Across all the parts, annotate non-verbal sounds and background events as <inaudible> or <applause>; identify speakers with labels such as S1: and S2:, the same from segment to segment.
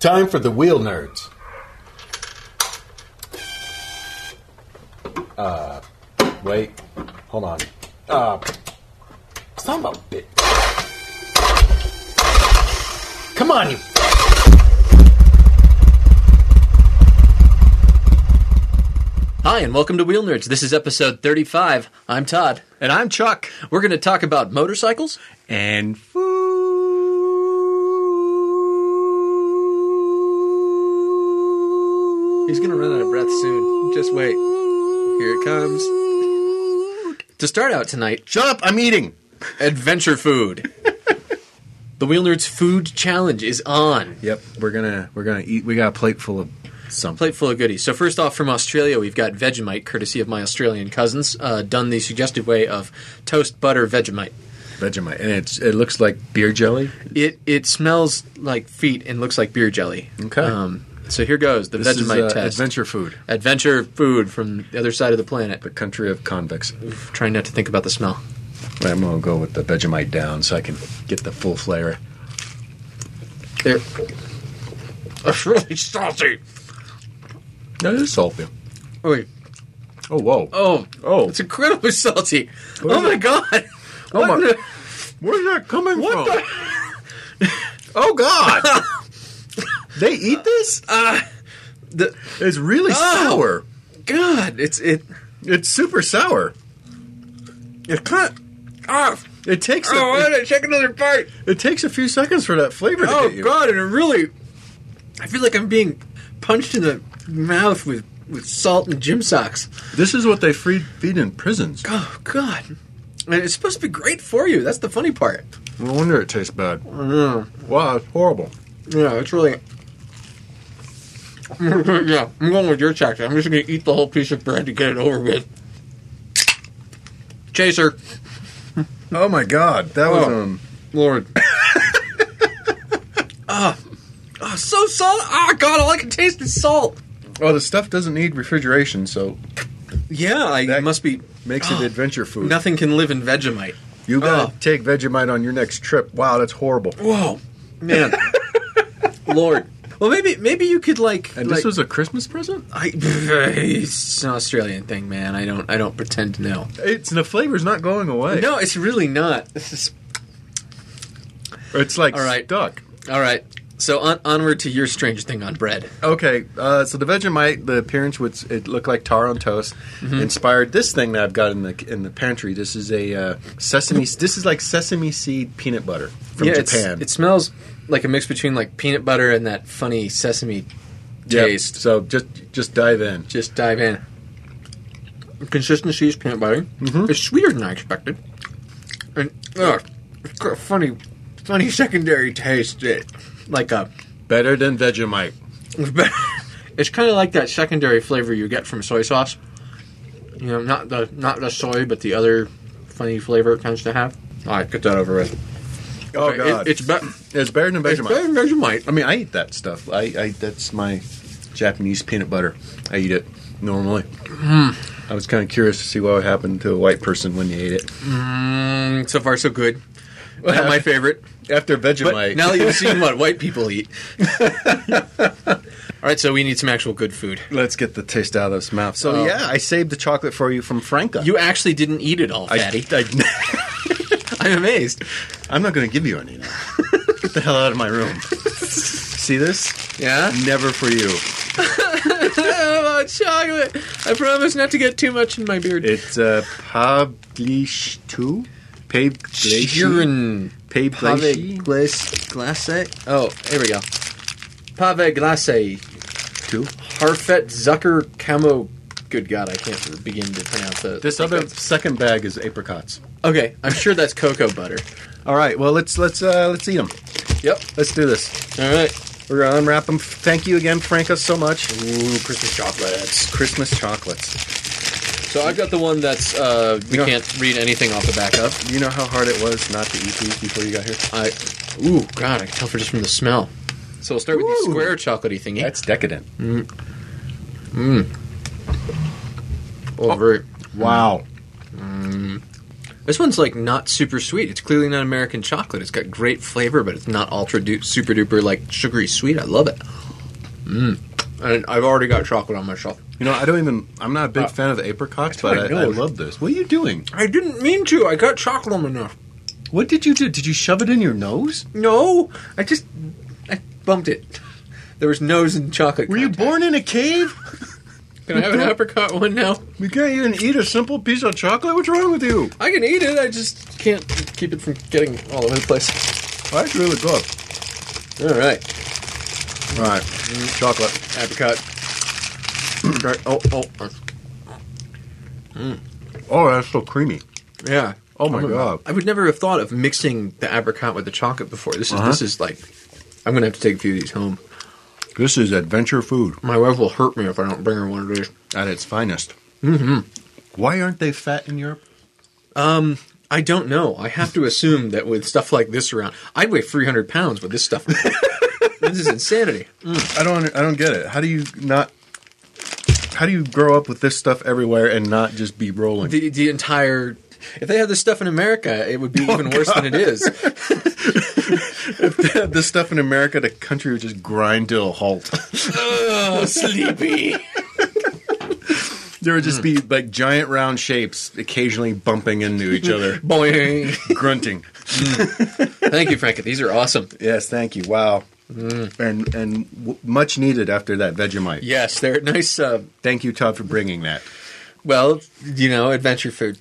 S1: Time for the wheel nerds. Uh, wait, hold on. Uh, son of a bit. Come on, you.
S2: Hi, and welcome to Wheel Nerds. This is episode 35. I'm Todd.
S3: And I'm Chuck.
S2: We're going to talk about motorcycles.
S3: And food.
S2: He's going to run out of breath soon. Just wait. Here it comes. To start out tonight,
S3: Shut up! I'm eating. <laughs>
S2: adventure food. the Wheel Nerds Food Challenge is on.
S3: Yep, we're gonna we're gonna eat. We got a plate full of something.
S2: Plate full of goodies. So first off, from Australia, we've got Vegemite, courtesy of my Australian cousins, uh, done the suggested way of toast, butter, Vegemite.
S3: Vegemite, and it's it looks like beer jelly.
S2: It it smells like feet and looks like beer jelly.
S3: Okay.
S2: Um, so here goes the
S3: This is,
S2: Vegemite
S3: uh,
S2: test.
S3: adventure food.
S2: Adventure food from the other side of the planet.
S3: The country of convicts.
S2: Trying not to think about the <laughs> smell.
S3: I'm gonna go with the Vegemite down so I can get the full flavor.
S2: They're That's Oh, really salty.
S3: That is salty.
S2: Wait.
S3: Oh whoa!
S2: Oh,
S3: Oh.
S2: it's incredibly salty.
S3: What
S2: oh
S3: is
S2: my
S3: it?
S2: god!
S3: Oh
S2: What
S3: my-
S2: the-
S3: Where's that coming from? <laughs> oh
S2: <laughs>
S3: God! they eat this?
S2: Uh, the-
S3: it's really
S2: Oh.
S3: sour.
S2: God, it's it.
S3: It's super sour.
S2: It's cut. Ah,
S3: It takes a,
S2: oh, why
S3: it,
S2: did I take another bite?
S3: it takes a few seconds for that flavor to
S2: Oh
S3: hit you.
S2: God, and it really. I feel like I'm being punched in the mouth with with salt and gym socks.
S3: This is what they free, feed in prisons.
S2: Oh God, and it's supposed to be great for you. That's the funny part.
S3: No wonder it tastes bad. Wow, it's horrible.
S2: Yeah, it's really. <laughs> yeah, I'm going with your tactic. I'm just going to eat the whole piece of bread to get it over with. Chaser,
S3: Oh my God, that was
S2: Oh.
S3: um.
S2: Lord.
S3: <coughs>
S2: Ah, ah, so salt. Ah, God, all I can taste is salt.
S3: Oh, the stuff doesn't need refrigeration, so
S2: Yeah, I
S3: That-
S2: must be.
S3: makes <gasps> it adventure food.
S2: Nothing can live in Vegemite.
S3: You gotta
S2: Oh.
S3: take Vegemite on your next trip. Wow, that's horrible.
S2: Whoa, <laughs> man, Lord. Well, maybe maybe you could like.
S3: And
S2: like
S3: this was a Christmas present.
S2: I, it's an Australian thing, man. I don't I don't pretend to know.
S3: It's the flavor's not going away.
S2: No, it's really not. This is
S3: It's like
S2: All right.
S3: stuck.
S2: all right. So on, onward to your strange thing on bread.
S3: Okay, uh, so the Vegemite, the appearance was it looked like tar on toast,
S2: Mm-hmm.
S3: inspired this thing that I've got in the in the pantry. This is a uh, sesame. This is like sesame seed peanut butter from
S2: yeah, it's-
S3: Japan.
S2: it smells like a mix between like peanut butter and that funny sesame
S3: Yep,
S2: taste.
S3: So just just dive in.
S2: Just dive in. Consistency is peanut butter. It's sweeter than I expected, and ugh, it's got a funny, funny secondary taste. It like uh, a
S3: Better than Vegemite.
S2: <laughs> it's kind of like that secondary flavor you get from soy sauce. You know, not the not the soy, but the other funny flavor it tends to have. All right, get that over with.
S3: Oh
S2: Okay, it-
S3: god,
S2: it's, be-
S3: It's better than
S2: it's
S3: Vegemite.
S2: better than Vegemite.
S3: I mean, I eat that stuff. I, I that's my Japanese peanut butter. I eat it normally.
S2: Hmm.
S3: I was kind of curious to see what would happen to a white person when you ate it
S2: Mm, so far, so good. Not my <laughs> favorite.
S3: after
S2: But
S3: Vegemite.
S2: now that you've seen what white <laughs> people eat. All right, so we need some actual good food.
S3: Let's get the taste out of this mouth. So
S2: Oh.
S3: yeah, I saved the chocolate for you from Franca. <laughs>
S2: You actually didn't eat it all,
S3: I,
S2: Fatty. <laughs>
S3: I,
S2: I, am amazed.
S3: am not going to give you any now. get the hell out of my <laughs> room. See this?
S2: Yeah?
S3: Never for you.
S2: oh, chocolate. I promise not to get too much in my beard.
S3: It's uh, Pavlish two. Pavlish.
S2: Urine. Pave
S3: Pavlish
S2: glace glace. Oh, here we go. Pave glace.
S3: two.
S2: Harfet Zucker Camo. Good God, I can't begin to pronounce that.
S3: This other second bag is apricots.
S2: Okay, I'm sure that's cocoa butter.
S3: All right. Well, let's let's uh, let's eat them.
S2: Yep.
S3: Let's do this.
S2: All right.
S3: We're gonna unwrap them. Thank you again, Franca, so much.
S2: Ooh, Christmas chocolates.
S3: Christmas chocolates.
S2: So I've got the one that's uh, we
S3: Yeah.
S2: can't read anything off the back of.
S3: You know how hard it was not to eat these before you got here.
S2: I, ooh, God, I can tell for just from the smell. So we'll start with
S3: Ooh.
S2: the square chocolatey thingy.
S3: That's decadent.
S2: over.
S3: Wow.
S2: This one's like not super sweet. It's clearly not American chocolate. It's got great flavor, but it's not ultra du- super duper like sugary sweet. I love it. Mmm. And I've already got chocolate on my shelf.
S3: You know, I don't even. I'm not a big fan of the apricots,
S2: my
S3: but Uh, I, I
S2: nose.
S3: love this. What are you doing?
S2: I didn't mean to. I got chocolate on my nose.
S3: What did you do? Did you shove it in your nose?
S2: No, I just I bumped it. <laughs> There was nose and chocolate.
S3: Were you
S2: contact.
S3: born in a cave?
S2: <laughs> Can I have an apricot one now?
S3: You can't even eat a simple piece of chocolate. What's wrong with you?
S2: I can eat it. I just can't keep it from getting all over the place.
S3: That's really good.
S2: All right,
S3: All right, chocolate.
S2: apricot. Mm, <clears throat> Right, oh, oh,
S3: Oh, that's so creamy.
S2: yeah.
S3: Oh my god.
S2: I would never have thought of mixing the apricot with the chocolate before. This is
S3: Uh-huh.
S2: this is like I'm gonna have to take a few of these home.
S3: This is adventure food
S2: My wife will hurt me if I don't bring her one of these.
S3: at its finest. Mm-hmm. Why aren't they fat in Europe?
S2: I don't know. I have to assume that with stuff like this around, I weigh 300 pounds with this <laughs> stuff. around. this is insanity.
S3: I don't. I don't get it. How do you not? How do you grow up with this stuff everywhere and not just be rolling?
S2: the the entire. If they had this stuff in America, it would be even worse than it is.
S3: <laughs> this stuff in America, the country would just grind to a halt. <laughs>
S2: oh, sleepy.
S3: There would just be like giant round shapes occasionally bumping into each
S2: <laughs>
S3: other,
S2: Boing.
S3: grunting.
S2: Thank you, Frankie. These are awesome.
S3: Yes, thank you. Wow.
S2: Mm.
S3: And and w- much needed after that Vegemite.
S2: Yes, they're nice. Uh,
S3: Thank you, Todd, for bringing that.
S2: well, you know, adventure food.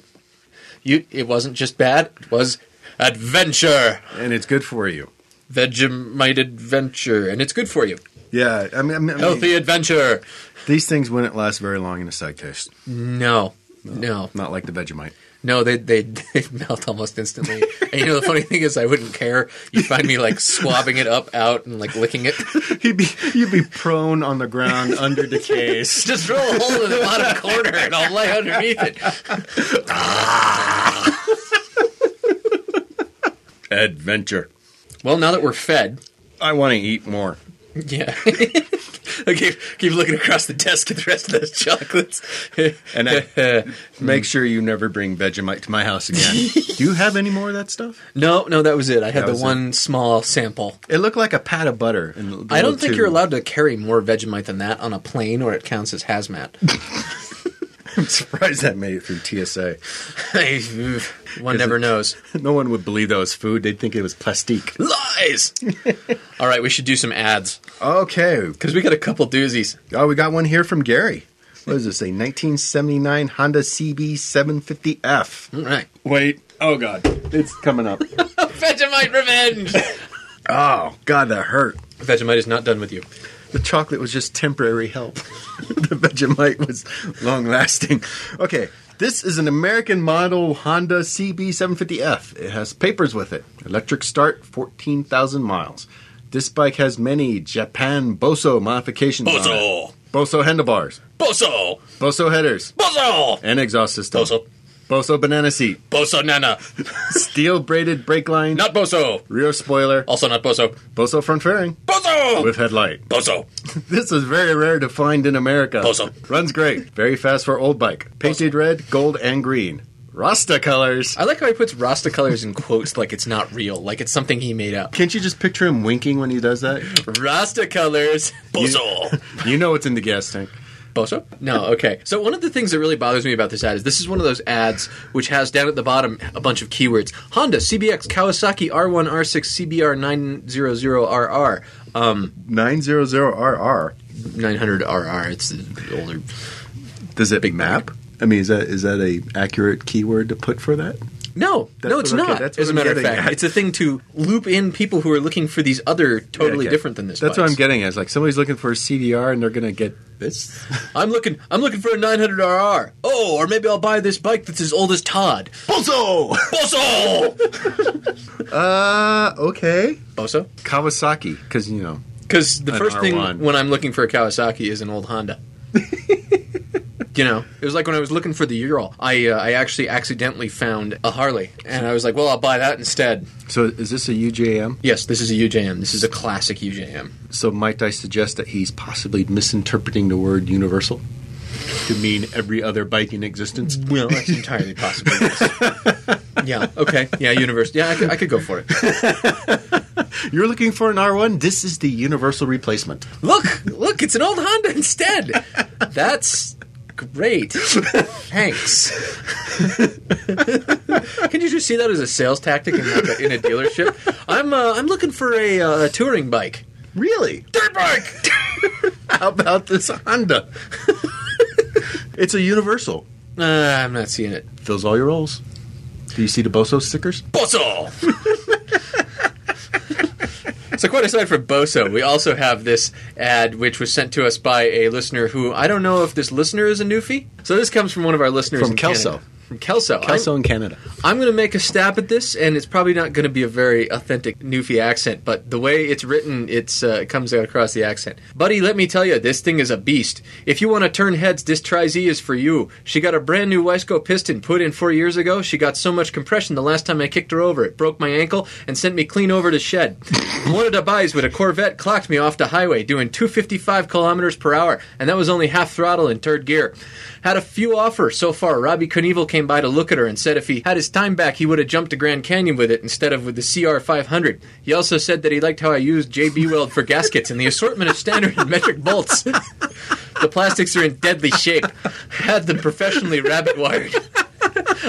S2: You, it wasn't just bad. It was adventure.
S3: And it's good for you.
S2: Vegemite adventure, and it's good for you.
S3: Yeah, I mean, I mean- I mean,
S2: Healthy adventure.
S3: these things wouldn't last very long in a side case.
S2: No, no,
S3: Not like the Vegemite.
S2: no. They they <laughs> they melt almost instantly. and you know, the funny thing is, I wouldn't care. You find me like swabbing it up out and like licking it. <laughs>
S3: He'd be, you'd be prone on the ground under the
S2: <laughs>
S3: case.
S2: Just drill a hole in the bottom corner and I'll lay underneath it.
S3: Adventure.
S2: Well, now that we're fed,
S3: I want to eat more.
S2: yeah. <laughs> I keep, keep looking across the desk at the rest of those chocolates.
S3: And I, <laughs> make sure you never bring Vegemite to my house <laughs> again. Do you have any more of that stuff?
S2: no, no, that was it. I had
S3: That
S2: the
S3: was
S2: one small sample.
S3: It looked like a pat of butter. In the
S2: I don't
S3: little
S2: think
S3: tube.
S2: you're allowed to carry more Vegemite than that on a plane or it counts as hazmat.
S3: <laughs>
S2: <laughs>
S3: I'm surprised that made it through TSA.
S2: one never knows.
S3: <laughs> No one would believe that was food. They'd think it was plastique.
S2: <laughs> Lies! All right, we should do some ads
S3: Okay.
S2: because we got a couple doozies.
S3: Oh, we got one here from Gary. What does this say? 1979 Honda CB750F.
S2: All right.
S3: Wait. Oh, God. It's coming up.
S2: Vegemite revenge!
S3: <laughs> oh, God, that hurt.
S2: <laughs> Vegemite is not done with you.
S3: The chocolate was just temporary help. <laughs> the Vegemite was long lasting. Okay, this is an American model Honda CB750F. It has papers with it. Electric start, 14,000 miles. This bike has many Japan Boso modifications. on it.
S2: Boso.
S3: Boso handlebars,
S2: Boso!
S3: Boso headers,
S2: Boso!
S3: and exhaust system.
S2: Boso.
S3: Boso banana seat,
S2: Boso Nana.
S3: steel braided brake line,
S2: Not Boso.
S3: rear spoiler,
S2: Also not Boso.
S3: Boso front fairing
S2: Bozo!
S3: with headlight.
S2: Bozo.
S3: This is very rare to find in America.
S2: Awesome.
S3: Runs great. Very fast for old bike. Painted red, gold, and green. Rasta colors.
S2: I like how he puts Rasta colors in quotes like it's not real, like it's something he made up.
S3: Can't you just picture him winking when he does that?
S2: Rasta colors. Bozo.
S3: <laughs> You know it's in the gas tank.
S2: Bozo? No, okay. So one of the things that really bothers me about this ad is this is one of those ads which has down at the bottom a bunch of keywords. Honda, CBX, Kawasaki, R1, R6, CBR 900RR. Um,
S3: 900RR.
S2: 900RR, it's the older.
S3: Does it map? I mean, is that is that a accurate keyword to put for that?
S2: No,
S3: That's
S2: no, it's
S3: what- okay,
S2: not.
S3: that's what
S2: as a
S3: I'm
S2: matter of
S3: getting
S2: fact,
S3: at.
S2: it's a thing to loop in people who are looking for these other totally
S3: Okay.
S2: different than this.
S3: That's what
S2: bikes.
S3: I'm getting at. It's like somebody's looking for a CDR and they're going to get this.
S2: I'm looking. I'm looking for a 900 RR. Oh, or maybe I'll buy this bike that's as old as Todd.
S3: Bozo!
S2: Boso.
S3: <laughs> uh, okay.
S2: Boso.
S3: Kawasaki, because, you know.
S2: Because the
S3: An
S2: first
S3: R1.
S2: thing when I'm looking for a Kawasaki is an old Honda. you know, it was like when I was looking for the Ural. I uh, I actually accidentally found a Harley, and I was like, well, I'll buy that instead.
S3: So is this a UJM?
S2: Yes, this is a UJM. This is a classic UJM.
S3: So might I suggest that he's possibly misinterpreting the word universal to mean every other bike in existence? <laughs>
S2: Well, that's entirely possible. yes. Yeah. Okay. Yeah. Universe. Yeah. I could, I could go for it.
S3: You're looking for an R1? This is the universal replacement.
S2: Look. Look. It's an old Honda instead. That's great. Thanks. Can you just see that as a sales tactic in, like a, in a dealership? I'm uh, I'm looking for a, uh, a touring bike.
S3: Really?
S2: Dirt bike.
S3: How about this Honda? <laughs> it's a universal.
S2: Uh, I'm not seeing it.
S3: Fills all your roles. Do you see the Boso stickers?
S2: Boso. so quite aside from Boso, we also have this ad which was sent to us by a listener who I don't know if this listener is a newfie. So this comes from one of our listeners
S3: From
S2: in Canada.
S3: Kelso.
S2: From Kelso.
S3: Also in Canada.
S2: I'm, I'm going to make a stab at this, and it's probably not going to be a very authentic newfie accent, but the way it's written, it's uh, it comes out across the accent. Buddy, let me tell you, this thing is a beast. If you want to turn heads, this Tri Z is for you. She got a brand new Weisco piston put in four years ago. She got so much compression the last time I kicked her over, it broke my ankle and sent me clean over to shed. One of the buys with a Corvette clocked me off the highway, doing 255 kilometers per hour, and that was only half throttle in third gear. Had a few offers so far. Robbie Knievel came by to look at her and said if he had his time back, he would have jumped to Grand Canyon with it instead of with the CR500. He also said that he liked how I used JB Weld for gaskets and the assortment of standard <laughs> and metric bolts. the plastics are in deadly shape. Had them professionally rabbit wired.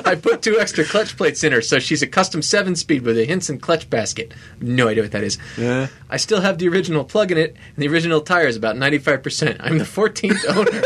S2: I put two extra clutch plates in her, so she's a custom seven speed with a Hinson clutch basket. No idea what that is.
S3: Yeah.
S2: I still have the original plug in it, and the original tire is about 95%. I'm the 14th owner.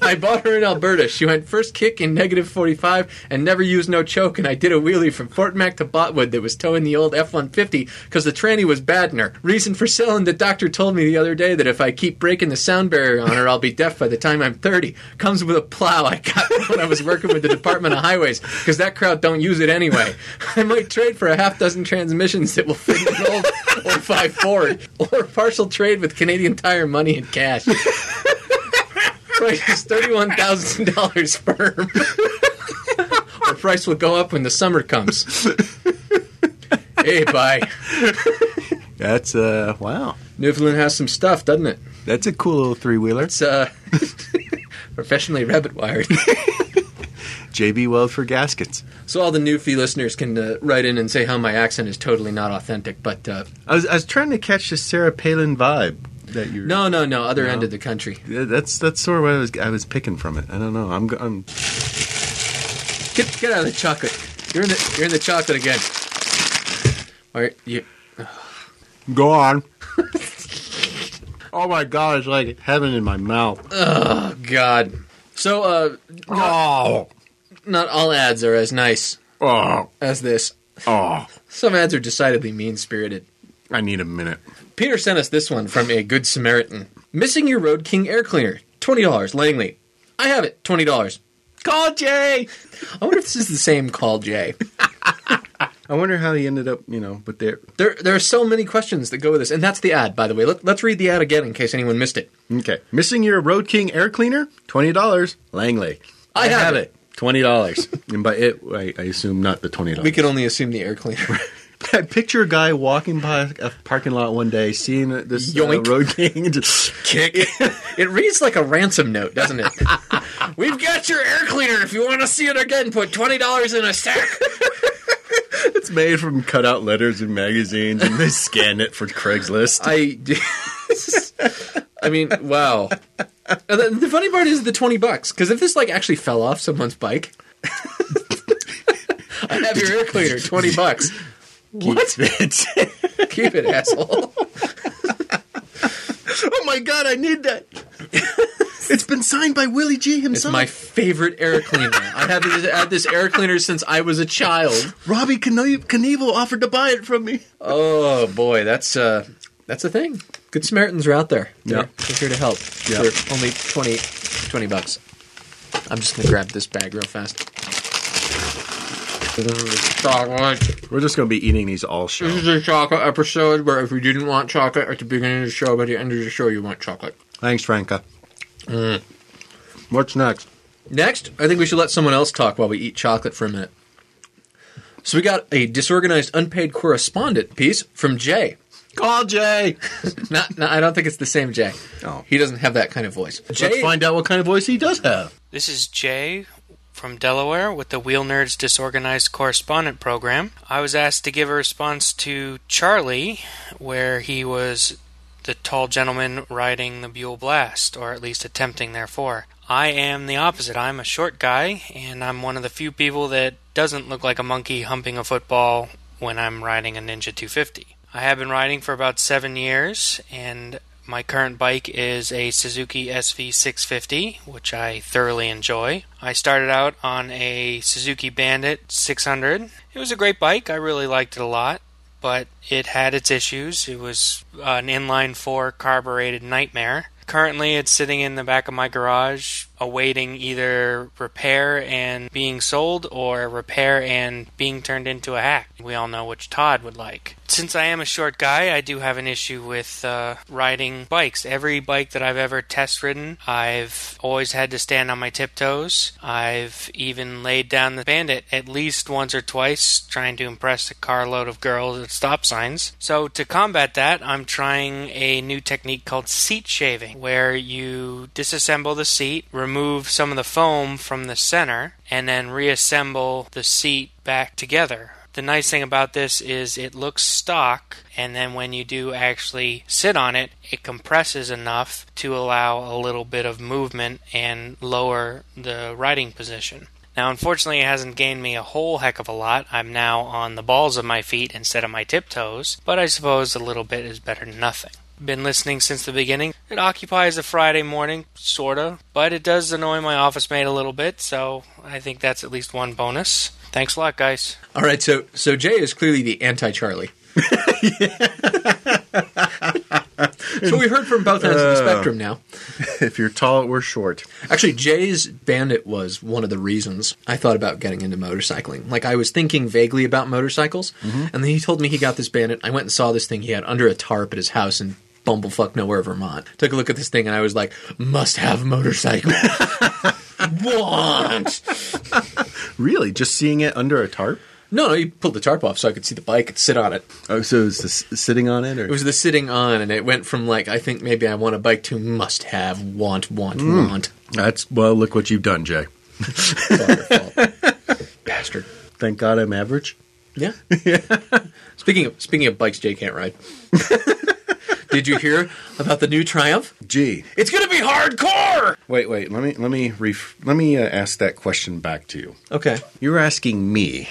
S2: I bought her in Alberta. She went first kick in negative 45 and never used no choke, and I did a wheelie from Fort Mac to Botwood that was towing the old F 150 because the tranny was bad in her. Reason for selling the doctor told me the other day that if I keep breaking the sound barrier on her, I'll be deaf by the time I'm 30. Comes with a plow I got <laughs> when I was working with the Department of Highways because that crowd don't use it anyway. <laughs> I might trade for a half dozen transmissions that will fit in an old, old 5 Ford or partial trade with Canadian Tire money and cash. Price is $31,000 firm. <laughs> Our price will go up when the summer comes. hey, bye.
S3: That's, uh, wow.
S2: Newfoundland has some stuff, doesn't it?
S3: That's a cool little three wheeler.
S2: It's uh, <laughs> professionally rabbit wired.
S3: JB Weld for gaskets.
S2: so all the Newfie listeners can uh, write in and say how my accent is totally not authentic, but uh,
S3: I was, I was trying to catch the Sarah Palin vibe that you
S2: no, no, no, other
S3: No.
S2: end of the country.
S3: That's that's sort of what I was I was picking from it. I don't know. I'm go- I'm
S2: Get, get out of the chocolate. You're in the you're in the chocolate again. All right, you.
S3: go on. oh my god, it's like heaven in my mouth.
S2: Oh God. So uh,
S3: Oh,
S2: not all ads are as nice
S3: oh,
S2: as this.
S3: oh.
S2: Some ads are decidedly mean spirited.
S3: I need a minute.
S2: Peter sent us this one from a Good Samaritan. Missing your Road King air cleaner, twenty dollars, Langley. I have it, twenty dollars.
S3: Call Jay.
S2: I wonder if this is the same call, Jay.
S3: I wonder how he ended up, you know, but there.
S2: There, there are so many questions that go with this, and that's the ad, by the way. Let, let's read the ad again in case anyone missed it.
S3: Okay, missing your Road King air cleaner, twenty dollars. Langley,
S2: I have it.
S3: twenty dollars. <laughs> and by it, I, I assume not the twenty dollars.
S2: We can only assume the air cleaner.
S3: I picture a guy walking by a parking lot one day, seeing this uh,
S2: Yoink.
S3: Road King, and just <laughs> kick.
S2: it reads like a ransom note, doesn't <laughs> it? We've got your air cleaner. If you want to see it again, put twenty dollars in a sack.
S3: It's made from cutout letters and magazines, and
S2: <laughs>
S3: they scan it for Craigslist.
S2: I, <laughs> I mean, wow. And The, the funny part is the twenty bucks because if this like actually fell off someone's bike, <laughs> I have your air cleaner, twenty bucks. What?
S3: It's-
S2: <laughs> Keep it, asshole.
S3: oh my god, I need that. <laughs> it's been signed by Willie G
S2: It's
S3: himself.
S2: my favorite air cleaner. I have this, had this air cleaner since I was a child.
S3: Robbie Knie- Knievel offered to buy it from me.
S2: Oh boy, that's uh, that's a thing. Good Samaritans are out there.
S3: Yeah.
S2: they're here to help
S3: Yeah.
S2: for only 20, 20 bucks. I'm just gonna grab this bag real fast. This is a chocolate.
S3: We're just gonna be eating these all show.
S2: This is a chocolate episode where if you didn't want chocolate at the beginning of the show, by the end of the show, you want chocolate.
S3: Thanks, Franca.
S2: Mm.
S3: What's next?
S2: Next, I think we should let someone else talk while we eat chocolate for a minute. So we got a disorganized unpaid correspondent piece from Jay.
S3: Call Jay.
S2: <laughs> Not, no, I don't think it's the same Jay.
S3: Oh.
S2: He doesn't have that kind of voice. Jay,
S3: Let's find out what kind of voice he does have.
S4: This is Jay from Delaware with the Wheel Nerds Disorganized Correspondent Program. I was asked to give a response to Charlie, where he was the tall gentleman riding the Buell Blast, or at least attempting therefore. I am the opposite. I'm a short guy, and I'm one of the few people that doesn't look like a monkey humping a football when I'm riding a Ninja 250. I have been riding for about seven years, and my current bike is a Suzuki SV650, which I thoroughly enjoy. I started out on a Suzuki Bandit 600. It was a great bike, I really liked it a lot, but it had its issues. It was uh, an inline four carbureted nightmare. Currently, it's sitting in the back of my garage, awaiting either repair and being sold or repair and being turned into a hack. We all know which Todd would like. Since I am a short guy, I do have an issue with uh, riding bikes. Every bike that I've ever test ridden, I've always had to stand on my tiptoes. I've even laid down the bandit at least once or twice, trying to impress a carload of girls at stop signs. So, to combat that, I'm trying a new technique called seat shaving where you disassemble the seat, remove some of the foam from the center, and then reassemble the seat back together. The nice thing about this is it looks stock, and then when you do actually sit on it, it compresses enough to allow a little bit of movement and lower the riding position. Now, unfortunately, it hasn't gained me a whole heck of a lot. I'm now on the balls of my feet instead of my tiptoes, but I suppose a little bit is better than nothing been listening since the beginning. It occupies a Friday morning, sorta, but it does annoy my office mate a little bit, so I think that's at least one bonus. Thanks a lot, guys.
S2: All right, so so Jay is clearly
S3: <laughs>
S2: the anti-Charlie. so we heard from both ends
S3: Uh,
S2: of the spectrum now.
S3: <laughs> If you're tall, we're short.
S2: Actually, Jay's Bandit was one of the reasons I thought about getting into motorcycling. Like, I was thinking vaguely about motorcycles, and then he told me he got this Bandit. I went and saw this thing he had under a tarp at his house in bumblefuck nowhere, Vermont. Took a look at this thing, and I was like, must have motorcycle. Want.
S3: Really, just seeing it under a tarp.
S2: No, no, he pulled the tarp off so I could see the bike and sit on it.
S3: Oh, so is this sitting on it, or
S2: It was the sitting on, and it went from like, I think maybe I want a bike to must have, want, want, want.
S3: that's well. Look what you've done, Jay.
S2: It's all your fault. Bastard.
S3: Thank God I'm average.
S2: Yeah. <laughs> Speaking of speaking of bikes, Jay can't ride. <laughs> Did you hear about the new Triumph?
S3: Gee,
S2: It's gonna be hardcore.
S3: wait, wait. Let me let me ref- let me uh, ask that question back to you.
S2: Okay.
S3: You're asking me,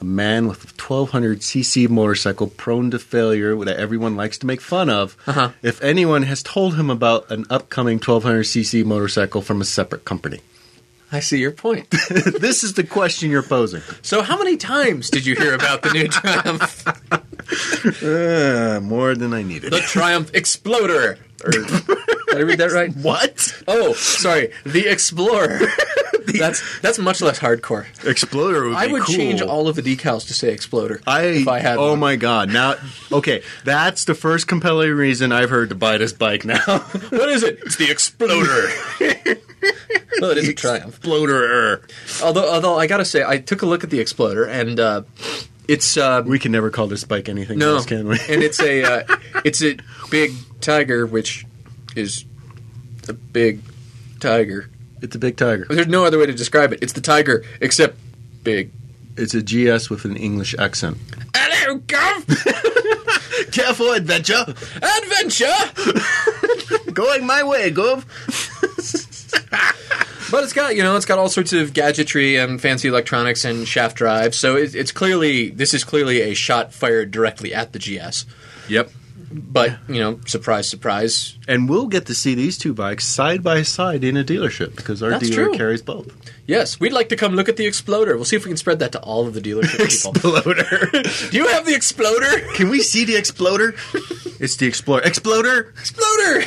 S3: a man with a 1200 cc motorcycle prone to failure that everyone likes to make fun of,
S2: Uh-huh.
S3: if anyone has told him about an upcoming 1200 cc motorcycle from a separate company. <laughs>
S2: I see your point.
S3: this is the question you're posing.
S2: So, how many times did you hear about the new <laughs> Triumph?
S3: Uh, more than I needed.
S2: The Triumph Exploder. Or, did I read that right?
S3: what?
S2: Oh, sorry, the <laughs> Explorer. That's that's much less hardcore.
S3: Exploder would be
S2: I would
S3: cool.
S2: change all of the decals to say Exploder.
S3: I,
S2: if I had
S3: oh
S2: one.
S3: my god! Now, okay, that's the first compelling reason I've heard to buy this bike now.
S2: What is it? It's the <laughs> Exploder. well, it is a <laughs> Triumph.
S3: Exploder.
S2: Although, although I gotta say, I took a look at the Exploder, and uh, it's uh,
S3: We can never call this bike anything
S2: no,
S3: else, can we?
S2: <laughs> and it's a uh, it's a big tiger, which is a big tiger.
S3: It's a big tiger.
S2: There's no other way to describe it. It's the tiger, except big.
S3: It's a GS with an English accent.
S2: Hello,
S3: <laughs>
S2: Gov.
S3: Careful, adventure!
S2: Adventure,
S3: Going my way, Gov!
S2: but it's got you know it's got all sorts of gadgetry and fancy electronics and shaft drives. So it, it's clearly this is clearly a shot fired directly at the GS.
S3: Yep.
S2: But you know, surprise, surprise,
S3: And we'll get to see these two bikes side by side in a dealership because our
S2: That's
S3: dealer
S2: true.
S3: carries <laughs> both.
S2: Yes, we'd like to come look at the Exploder. We'll see if we can spread that to all of the dealership people.
S3: Exploder.
S2: Do you have the Exploder?
S3: <laughs>
S2: <laughs>
S3: can we see the Exploder? it's the Explorer. Exploder!
S2: Exploder!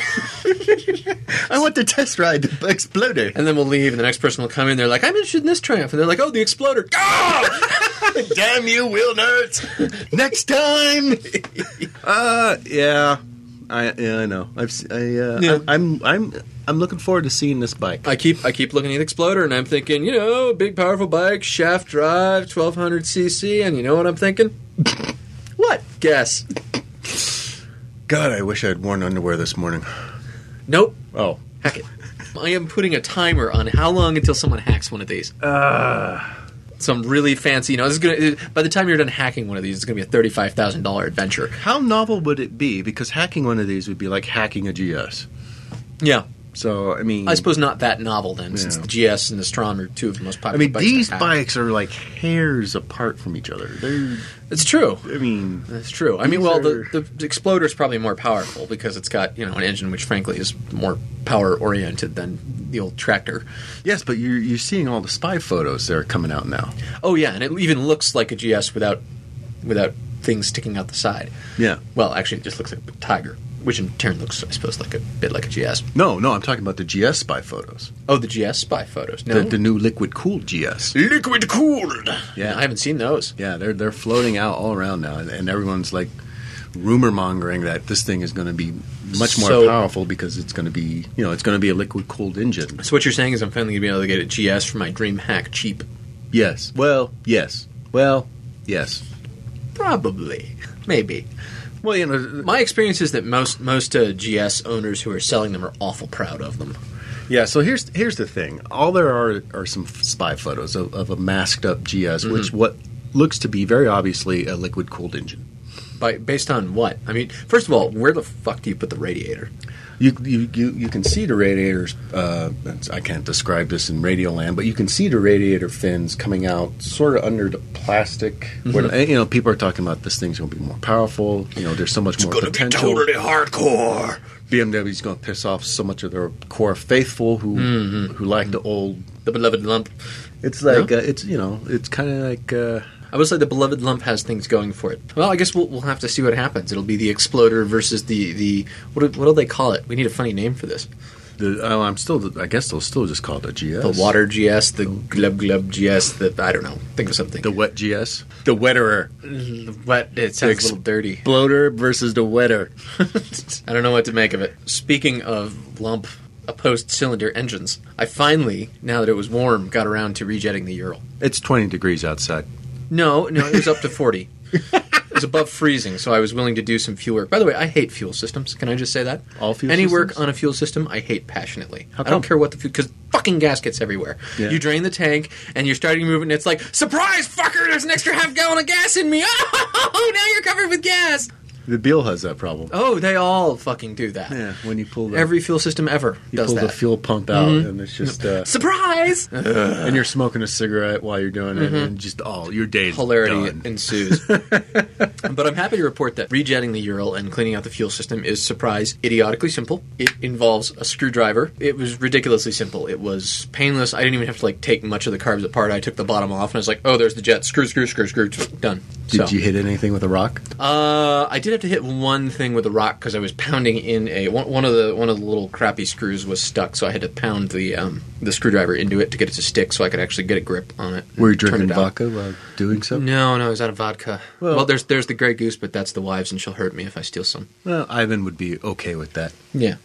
S3: I want to test ride the Exploder.
S2: And then we'll leave, and the next person will come in. They're like, I'm interested in this Triumph. And they're like, oh, the Exploder. Ah!
S3: Damn you, wheel nerds! Next time. <laughs> uh, yeah, I yeah, I know. I've s- I, uh,
S2: Yeah.
S3: I'm, I'm I'm I'm looking forward to seeing this bike.
S2: I keep I keep looking at the Exploder, and I'm thinking, you know, big, powerful bike, shaft drive, 1200cc, and you know what I'm thinking? what? Guess.
S3: God, I wish I had worn underwear this morning.
S2: Nope.
S3: Oh,
S2: Hack it. I am putting a timer on how long until someone hacks one of these. Some really fancy, you know. This is gonna. By the time you're done hacking one of these, it's gonna be a thirty-five thousand dollar adventure.
S3: How novel would it be? Because hacking one of these would be like hacking a GS.
S2: Yeah,
S3: So I mean,
S2: I suppose not that novel then, since
S3: Yeah.
S2: the GS and the Strom are two of the most
S3: I
S2: popular.
S3: mean
S2: bikes to
S3: these
S2: hack.
S3: bikes are like hairs apart from each other. They're,
S2: It's true.
S3: I mean,
S2: That's true. I
S3: These
S2: mean, well,
S3: are-
S2: the, the Exploder is probably more powerful because it's got you know an engine which, frankly, is more power oriented than the old tractor.
S3: yes, but you're you're seeing all the spy photos that are coming out now.
S2: Oh yeah, and it even looks like a GS without without things sticking out the side.
S3: Yeah.
S2: Well, actually, it just looks like a tiger, which in turn looks, I suppose, like a bit like a GS.
S3: No, no, I'm talking about the GS spy photos.
S2: Oh, the GS spy photos. No,
S3: The, the new liquid cooled GS.
S2: liquid cooled.
S3: Yeah.
S2: Yeah, I haven't seen those.
S3: Yeah, they're they're floating out all around now, and, and everyone's like rumor mongering that this thing is going to be much more
S2: So-
S3: powerful because it's going to be you know it's going to be a liquid cooled engine.
S2: So what you're saying is I'm finally gonna be able to get a GS for my dream hack cheap.
S3: Yes. Well. Yes. Well. Yes.
S2: Probably, maybe.
S3: Well, you know.
S2: My experience is that most most uh, GS owners who are selling them are awful proud of them.
S3: Yeah. So here's here's the thing. All there are are some f- spy photos of, of a masked up GS, which what looks to be very obviously a liquid cooled engine.
S2: By based on what? I mean, first of all, where the fuck do you put the radiator?
S3: You, you, you, you can see the radiators. Uh, I can't describe this in radio land, but you can see the radiator fins coming out sort of under the plastic. Where, Mm-hmm. and, you know, people are talking about this thing's going to be more powerful. You know, there's so much more potential.
S2: hardcore.
S3: BMW's going to piss off so much of their core faithful who
S2: Mm-hmm.
S3: who like the old.
S2: The beloved lump.
S3: It's like uh, it's you know it's kind of like uh,
S2: I would say the beloved lump has things going for it. Well, I guess we'll, we'll have to see what happens. It'll be the exploder versus the the what do, what do they call it? We need a funny name for this.
S3: the oh, I'm still I guess they'll still just call it a GS
S2: The water GS, the glub glub GS, the I don't know. Think of something.
S3: the wet GS the wetterer
S2: The wet. It sounds a little dirty.
S3: bloater versus the wetter.
S2: <laughs> I don't know what to make of it. Speaking of lump opposed cylinder engines, I finally, now that it was warm, got around to rejetting the Ural.
S3: It's 20 degrees outside.
S2: No, no, it was up to 40. it was above freezing, so I was willing to do some fuel work. By the way, I hate fuel systems. Can I just say that?
S3: All fuel
S2: Any work
S3: systems?
S2: on a fuel system, I hate passionately.
S3: How
S2: I don't
S3: come?
S2: care what the fuel, because fucking gaskets everywhere.
S3: Yeah.
S2: You drain the tank, and you're starting to move, it, and it's like, surprise, fucker, there's an extra half gallon of gas in me. <laughs> Oh, now you're covered with gas.
S3: The Beal has that problem.
S2: Oh, they all fucking do that.
S3: Yeah, when you pull the
S2: Every fuel system ever
S3: you
S2: does
S3: pull
S2: that.
S3: the fuel pump out, and it's just uh, <laughs>
S2: Surprise!
S3: and you're smoking a cigarette while you're doing it, and just all your day's
S2: Mm-hmm. Polarity
S3: done. <laughs>
S2: ensues. but I'm happy to report that rejetting the Ural and cleaning out the fuel system is, surprise, idiotically simple. It involves a screwdriver. It was ridiculously simple. It was painless. I didn't even have to like take much of the carbs apart. I took the bottom off and I was like, oh, there's the jet. Screw, screw, screw, screw. Done.
S3: Did
S2: So-
S3: you hit anything with a rock?
S2: Uh, I did have to hit one thing with a rock because I was pounding in a one, one of the one of the little crappy screws was stuck, so I had to pound the um, the screwdriver into it to get it to stick, so I could actually get a grip on it. and
S3: Were you
S2: turn
S3: drinking
S2: it out.
S3: vodka while doing so?
S2: No, no, it was out of vodka.
S3: Well-
S2: Well, there's there's the Grey Goose, but that's the wives, and she'll hurt me if I steal some.
S3: Well, Ivan would be okay with that. <laughs>
S2: Yeah,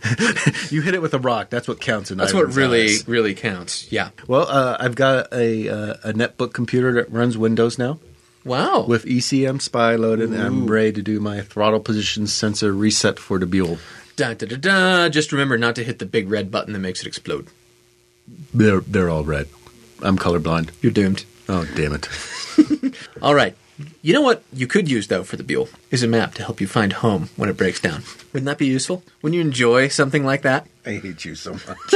S3: you hit it with a rock. That's what counts in
S2: that's what
S3: Ivan's
S2: really
S3: eyes.
S2: really counts. Yeah.
S3: Well, uh, I've got a uh, a netbook computer that runs Windows now
S2: Wow.
S3: with ECM Spy loaded, and I'm ready to do my throttle position sensor reset for the Buell.
S2: da, da, da, da. Just remember not to hit the big red button that makes it explode.
S3: They're they're all red. I'm colorblind.
S2: You're doomed.
S3: Oh damn it!
S2: All right. You know what you could use though for the Buell is a map to help you find home when it breaks down. Wouldn't that be useful? Wouldn't you enjoy something like that?
S3: I hate you so <laughs> much.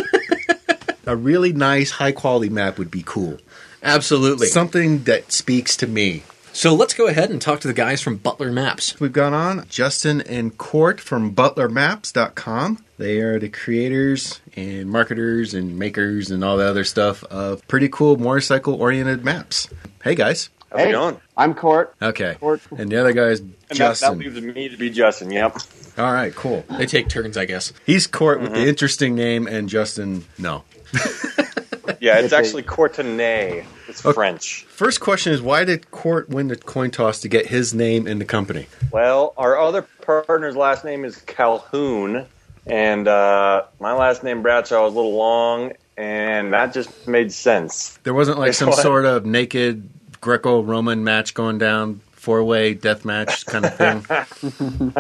S3: a really nice, high quality map would be cool.
S2: Absolutely.
S3: Something that speaks to me.
S2: so let's go ahead and talk to the guys from Butler Maps.
S3: We've got on Justin and Court from ButlerMaps.com. They are the creators and marketers and makers and all the other stuff of pretty cool motorcycle oriented maps. Hey guys.
S5: How's it going?
S6: I'm Court.
S3: Okay.
S6: Court.
S3: And the other guy is
S5: And that, that
S3: Justin.
S5: leaves me to be Justin. Yep.
S3: all right, cool.
S2: They take turns, I guess.
S3: He's Court with
S5: Mm-hmm.
S3: the interesting name, and Justin, no.
S5: Yeah, it's
S6: <laughs> Okay.
S5: actually Courtenay. It's French.
S3: First question is why did Court win the coin toss to get his name in the company?
S5: Well, our other partner's last name is Calhoun, and uh, my last name Bradshaw was a little long, and that just made sense.
S3: There wasn't like
S5: <laughs> It's
S3: some
S5: what?
S3: sort of naked Greco-Roman match going down, four-way death match kind of
S5: <laughs>
S3: thing.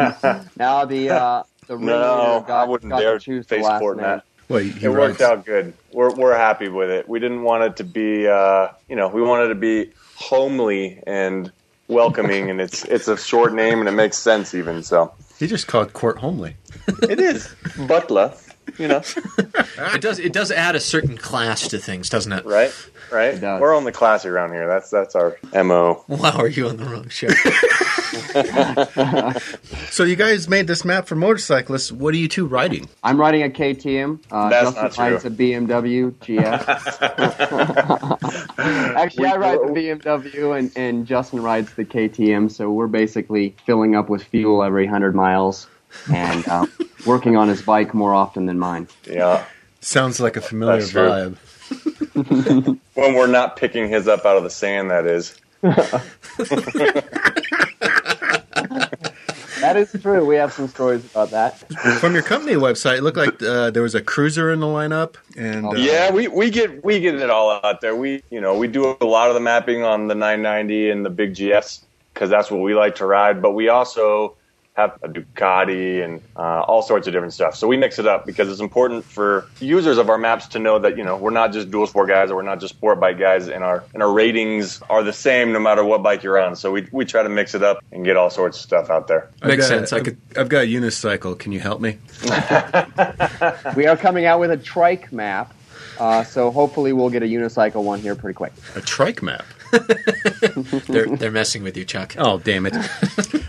S6: Now uh, the uh,
S5: No,
S6: the ringleader got, <laughs>
S5: I wouldn't
S6: got
S5: dare
S6: to choose
S5: face
S6: the last
S5: court in
S6: name.
S5: that.
S3: Well, he, he
S5: it worked
S3: writes,
S5: out good. We're we're happy with it. We didn't want it to be, uh, you know, we wanted to be homely and welcoming, and it's it's a short name and it makes sense even. So
S3: He just called Court Homely.
S5: it is Butler, you know,
S2: It does. It does add a certain class to things, doesn't it?
S5: right? Right.
S3: does.
S5: We're on the classy around here. That's that's our mo.
S2: Wow, are you on the wrong show?
S3: So you guys made this map for motorcyclists. What are you two riding?
S6: I'm riding a KTM. Uh,
S5: That's
S6: Justin
S5: not true.
S6: rides a BMW GS. <laughs> Actually, I ride the BMW, and, and Justin rides the KTM. So we're basically filling up with fuel every hundred miles, and <laughs> um, working on his bike more often than mine.
S5: Yeah.
S3: Sounds like a familiar
S5: That's true.
S3: vibe.
S5: When we're not picking his up out of the sand, that is.
S6: That is true. We have some stories about that.
S3: From your company website, it looked like uh, there was a cruiser in the lineup, and
S2: Oh,
S3: uh,
S5: Yeah, we, we get we get it all out there. We you know we do a lot of the mapping on the 990 and the big GS because that's what we like to ride. But we also have a Ducati and uh, all sorts of different stuff. So we mix it up because it's important for users of our maps to know that you know we're not just dual sport guys or we're not just sport bike guys, and our and our ratings are the same no matter what bike you're on. So we we try to mix it up and get all sorts of stuff out there.
S3: I've
S2: Makes
S3: got a-
S2: sense. I could.
S3: I've got a unicycle. Can you help me?
S6: We are coming out with a trike map. Uh, so hopefully we'll get a unicycle one here pretty quick.
S3: A trike map.
S2: They're they're messing with you, Chuck.
S3: Oh damn it!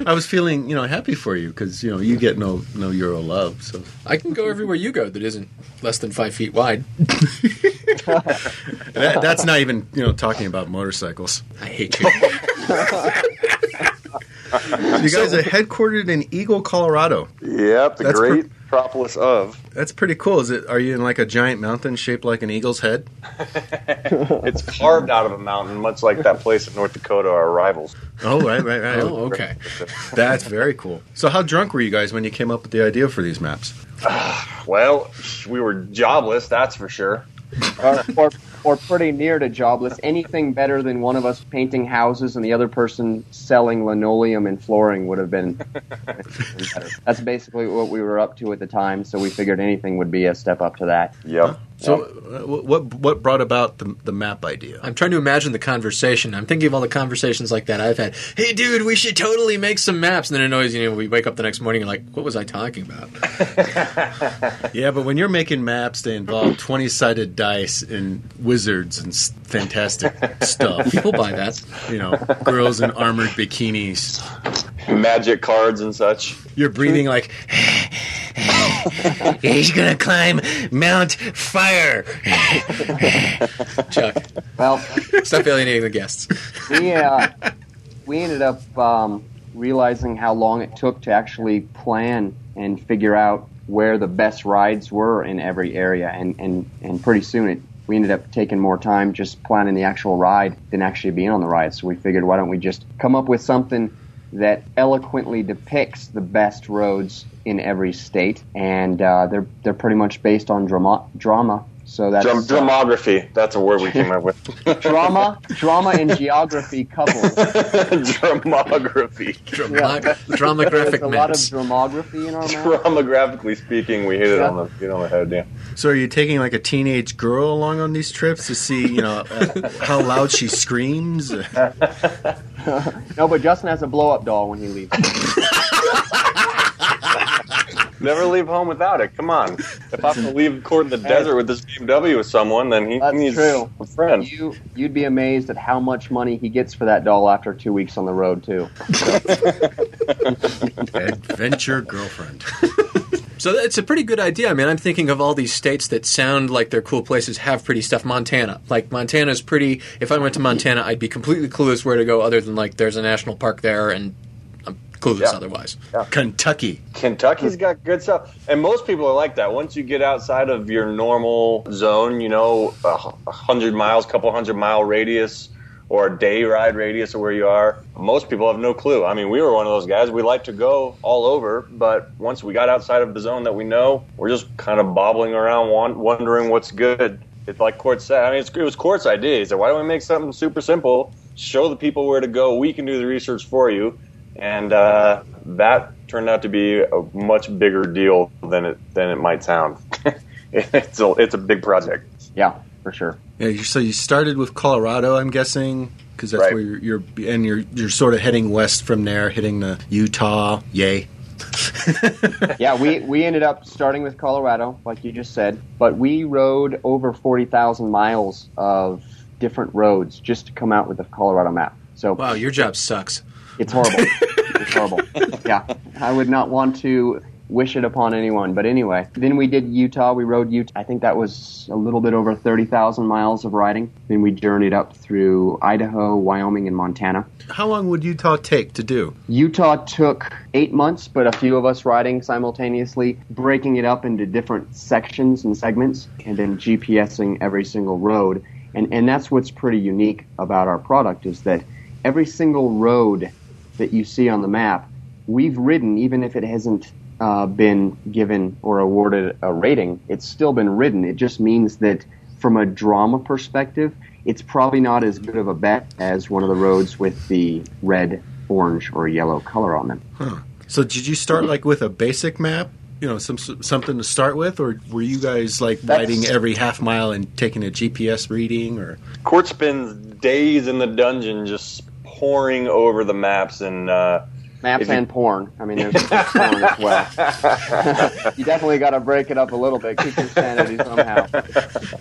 S3: <laughs> I was feeling you know happy for you because you know you get no no Euro love. So
S2: I can go everywhere you go that isn't less than five feet wide.
S3: that, that's not even you know talking about motorcycles.
S2: I hate you.
S3: <laughs> You guys are headquartered in Eagle, Colorado.
S5: Yep, the
S3: That's
S5: great metropolis of.
S3: That's pretty cool. Is it? Are you in like a giant mountain shaped like an eagle's head?
S5: It's carved out of a mountain, much like that place in North Dakota, our rivals.
S3: Oh right, right, right.
S2: oh, okay.
S3: That's very cool. So how drunk were you guys when you came up with the idea for these maps?
S5: Well, we were jobless, that's for sure.
S6: or, or, or pretty near to jobless. Anything better than one of us painting houses and the other person selling linoleum and flooring would have been. That's basically what we were up to at the time, so we figured anything would be a step up to that.
S5: Yep.
S3: So uh, wh- what what brought about the the map idea?
S2: I'm trying to imagine the conversation. I'm thinking of all the conversations like that I've had. Hey, dude, we should totally make some maps. And then it annoys you. know, we wake up the next morning and like, what was I talking about?
S3: Yeah, but when you're making maps, they involve twenty sided dice and wizards and s- fantastic stuff.
S2: People buy that.
S3: You know, girls in armored bikinis.
S5: Magic cards and such.
S3: You're breathing
S2: <laughs>
S3: like he's gonna climb Mount Fire.
S2: Chuck,
S6: Well,
S2: stop alienating the guests.
S6: we, uh, we ended up um, realizing how long it took to actually plan and figure out where the best rides were in every area, and, and, and pretty soon it. We ended up taking more time just planning the actual ride than actually being on the ride. So we figured, why don't we just come up with something that eloquently depicts the best roads in every state, and uh, they're they're pretty much based on drama. Drama. So that's
S5: Drum- drumography, that's a word we came up with.
S6: <laughs> drama, drama, and geography coupled.
S5: Drumography.
S2: Drama, drama
S6: <laughs> There's
S2: graphic
S6: a lot of
S2: maps.
S5: <laughs>
S6: dromography in our map.
S5: Drumographically speaking, we hit it
S6: Yeah.
S5: on the, hit on the head, yeah.
S3: So are you taking like a teenage girl along on these trips to see you know uh, how loud she screams?
S6: No, but Justin has a blow up doll when
S5: <laughs>
S6: he leaves.
S5: Never leave home without it. Come on. If I have to leave court in the desert with this BMW with someone, then he
S6: That's
S5: needs
S6: true.
S5: a friend.
S6: You you'd be amazed at how much money he gets for that doll after two weeks on the road too.
S3: Adventure girlfriend.
S2: So it's a pretty good idea. I mean, I'm thinking of all these states that sound like they're cool places have pretty stuff. Montana, like Montana's pretty. If I went to Montana, I'd be completely clueless where to go, other than like there's a national park there, and I'm clueless
S5: Yeah.
S2: otherwise.
S3: Kentucky.
S5: Kentucky's got good stuff, and most people are like that. Once you get outside of your normal zone, you know, a hu- a hundred miles, couple hundred mile radius, or a day ride radius of where you are, most people have no clue. I mean, we were one of those guys. We like to go all over, but once we got outside of the zone that we know, we're just kind of bobbling around, wan- wondering what's good. It's like Court said. I mean, it's, it was Court's idea. He said, "Why don't we make something super simple? Show the people where to go. We can do the research for you." and uh, that turned out to be a much bigger deal than it than it might sound. <laughs> it's a it's a big project.
S6: Yeah, for sure.
S3: Yeah, you- so you started with Colorado, I'm guessing, because that's
S5: Right.
S3: where you're, you're and you're you're sort of heading west from there, hitting the Utah. Yay!
S6: yeah, we, we ended up starting with Colorado, like you just said, but we rode over 40,000 miles of different roads just to come out with a Colorado map. So
S2: Wow, your job sucks.
S6: it's horrible. it's horrible. Yeah. I would not want to wish it upon anyone, but anyway. Then we did Utah. We rode Utah. I think that was a little bit over 30,000 miles of riding. Then we journeyed up through Idaho, Wyoming, and Montana.
S3: How long would Utah take to do?
S6: Utah took eight months, but a few of us riding simultaneously, breaking it up into different sections and segments, and then GPSing every single road. And, and that's what's pretty unique about our product is that every single road that you see on the map, we've ridden, even if it hasn't uh, been given or awarded a rating, it's still been ridden. It just means that from a drama perspective, it's probably not as good of a bet as one of the roads with the red, orange, or yellow color on them.
S3: So did you start like with a basic map? You know, some something to start with, or were you guys like
S6: That's-
S3: riding every half mile and taking a GPS reading? Or
S5: Court spends days in the dungeon just poring over the maps and uh,
S6: Maps
S5: If you-
S6: and porn. I mean, there's there's porn as well. you definitely got to break it up a little bit, keep your sanity somehow.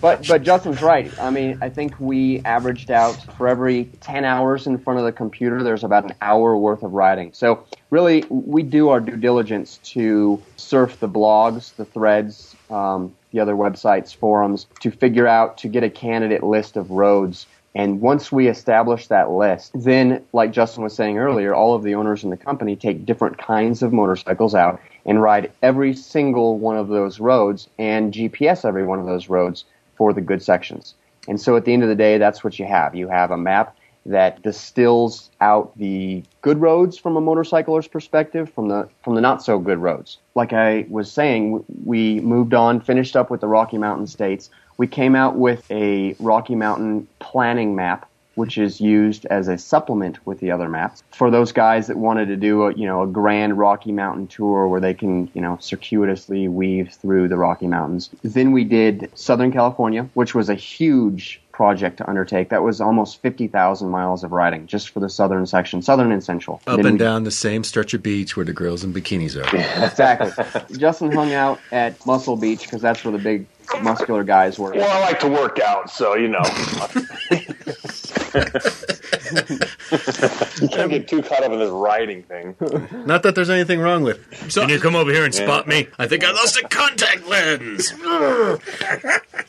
S6: But but Justin's right. I mean, I think we averaged out for every ten hours in front of the computer, there's about an hour worth of writing. So really, we do our due diligence to surf the blogs, the threads, um, the other websites, forums to figure out to get a candidate list of roads. And once we establish that list, then, like Justin was saying earlier, all of the owners in the company take different kinds of motorcycles out and ride every single one of those roads and GPS every one of those roads for the good sections. And so at the end of the day, that's what you have. You have a map that distills out the good roads from a motorcycler's perspective from the from the not so good roads. Like I was saying, w- we moved on, finished up with the Rocky Mountain states. We came out with a Rocky Mountain planning map which is used as a supplement with the other maps for those guys that wanted to do a you know a grand Rocky Mountain tour where they can you know circuitously weave through the Rocky Mountains. Then we did Southern California, which was a huge project to undertake. That was almost fifty thousand miles of riding just for the southern section, southern and central.
S3: up
S6: Then
S3: and
S6: we-
S3: down the same stretch of beach where the girls in bikinis are.
S6: <laughs> exactly. Justin hung out at Muscle Beach because that's where the big muscular guys were.
S5: well, I like to work out, so you know. <laughs> you can't get too caught up in this riding thing.
S3: Not that there's anything wrong with. <laughs>
S2: So
S7: Can you come over here and spot me?
S2: I think I lost a contact lens.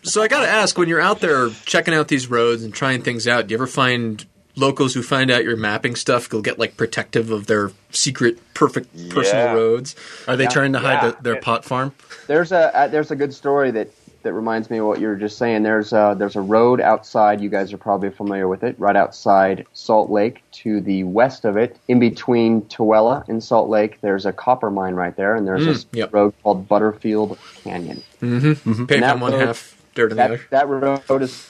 S2: so I got to ask when you're out there checking out these roads and trying things out, do you ever find locals who find out your mapping stuff will get like protective of their secret perfect personal
S5: Yeah.
S2: roads?
S3: Are they trying to hide
S5: Yeah.
S3: the, their pot farm?
S6: There's a uh, there's a good story that that reminds me of what you were just saying. There's a, there's a road outside. You guys are probably familiar with it, right outside Salt Lake. To the west of it, in between Tooele and Salt Lake, there's a copper mine right there, and there's this
S2: yep.
S6: road called Butterfield Canyon.
S2: Paved
S6: that
S2: on one
S6: road-
S2: half, dirt on the other.
S6: That, that road is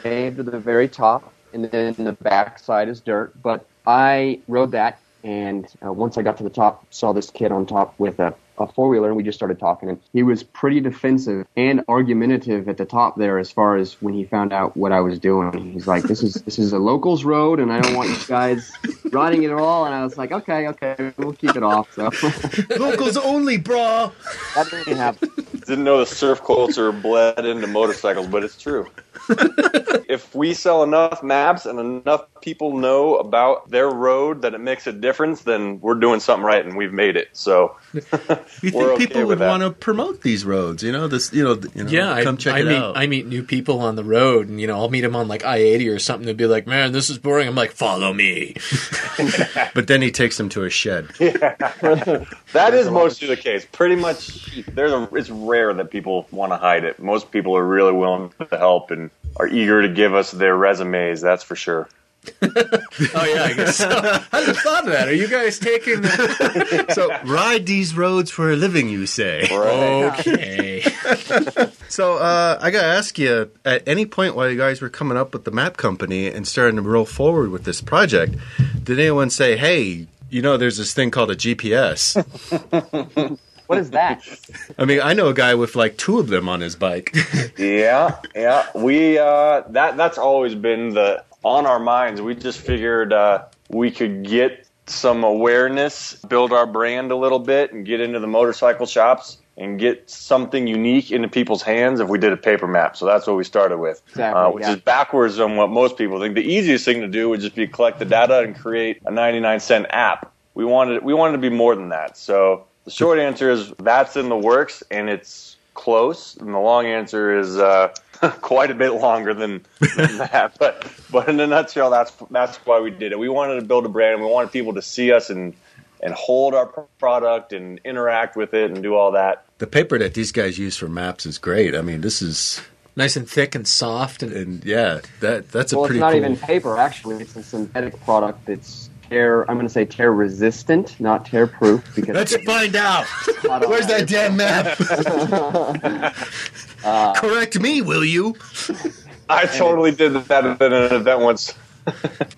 S6: paved to the very top, and then the backside is dirt. But I rode that, and uh, once I got to the top, saw this kid on top with a, a four wheeler, and we just started talking. And he was pretty defensive and argumentative at the top there, as far as when he found out what I was doing. He's like, "This is this is a locals road, and I don't want you guys riding it at all." And I was like, "Okay, okay, we'll keep it off." So <laughs> that
S3: Locals only, brah.
S6: didn't happen.
S5: Didn't know the surf culture bled into motorcycles, but it's true. if we sell enough maps and enough people know about their road that it makes a difference, then we're doing something right and we've made it. So
S3: You think
S5: We're okay
S3: people would
S5: with that.
S3: want to promote these roads? You know this. You know. th- You know
S2: Yeah, I,
S3: Come check
S2: I
S3: it
S2: meet
S3: out.
S2: I meet new people on the road, and you know I'll meet them on like I eighty or something. They'll be like, "Man, this is boring." I'm like, "Follow me."
S3: but then he takes them to a shed.
S5: that is mostly the case. Pretty much, there's a, it's rare that people want to hide it. Most people are really willing to help and are eager to give us their resumes. That's for sure.
S2: oh yeah, I guess. So. <laughs> I hadn't thought of that. Are you guys taking?
S3: <laughs> so ride these roads for a living, you say.
S2: okay.
S3: <laughs> So uh, I gotta ask you: at any point while you guys were coming up with the map company and starting to roll forward with this project, did anyone say, "Hey, you know, there's this thing called a GPS"?
S6: What is that?
S3: I mean, I know a guy with like two of them on his bike. <laughs>
S5: Yeah, yeah. We uh, that that's always been the on our minds. We just figured uh, we could get some awareness, build our brand a little bit, and get into the motorcycle shops and get something unique into people's hands if we did a paper map. So that's what we started with,
S6: Exactly,
S5: uh, which
S6: yeah.
S5: is backwards on what most people think. The easiest thing to do would just be collect the data and create a 99 cent app. We wanted we wanted to be more than that. So the short answer is that's in the works and it's close. And the long answer is uh, <laughs> quite a bit longer than, than <laughs> that. But but in a nutshell, that's that's why we did it. We wanted to build a brand. We wanted people to see us and and hold our product and interact with it and do all that.
S3: the paper that these guys use for maps is great. I mean, this is
S2: Nice and thick and soft and
S3: and yeah, that that's a
S6: well, it's
S3: pretty
S6: not
S3: cool.
S6: even paper. Actually, it's a synthetic product that's tear. I'm going to say tear resistant, not tear proof. Because
S3: Let's find out.
S6: it's not on
S3: Where's that
S5: <laughs>
S3: damn map?
S5: Uh,
S3: Correct me, will you?
S5: I totally did that at an event once.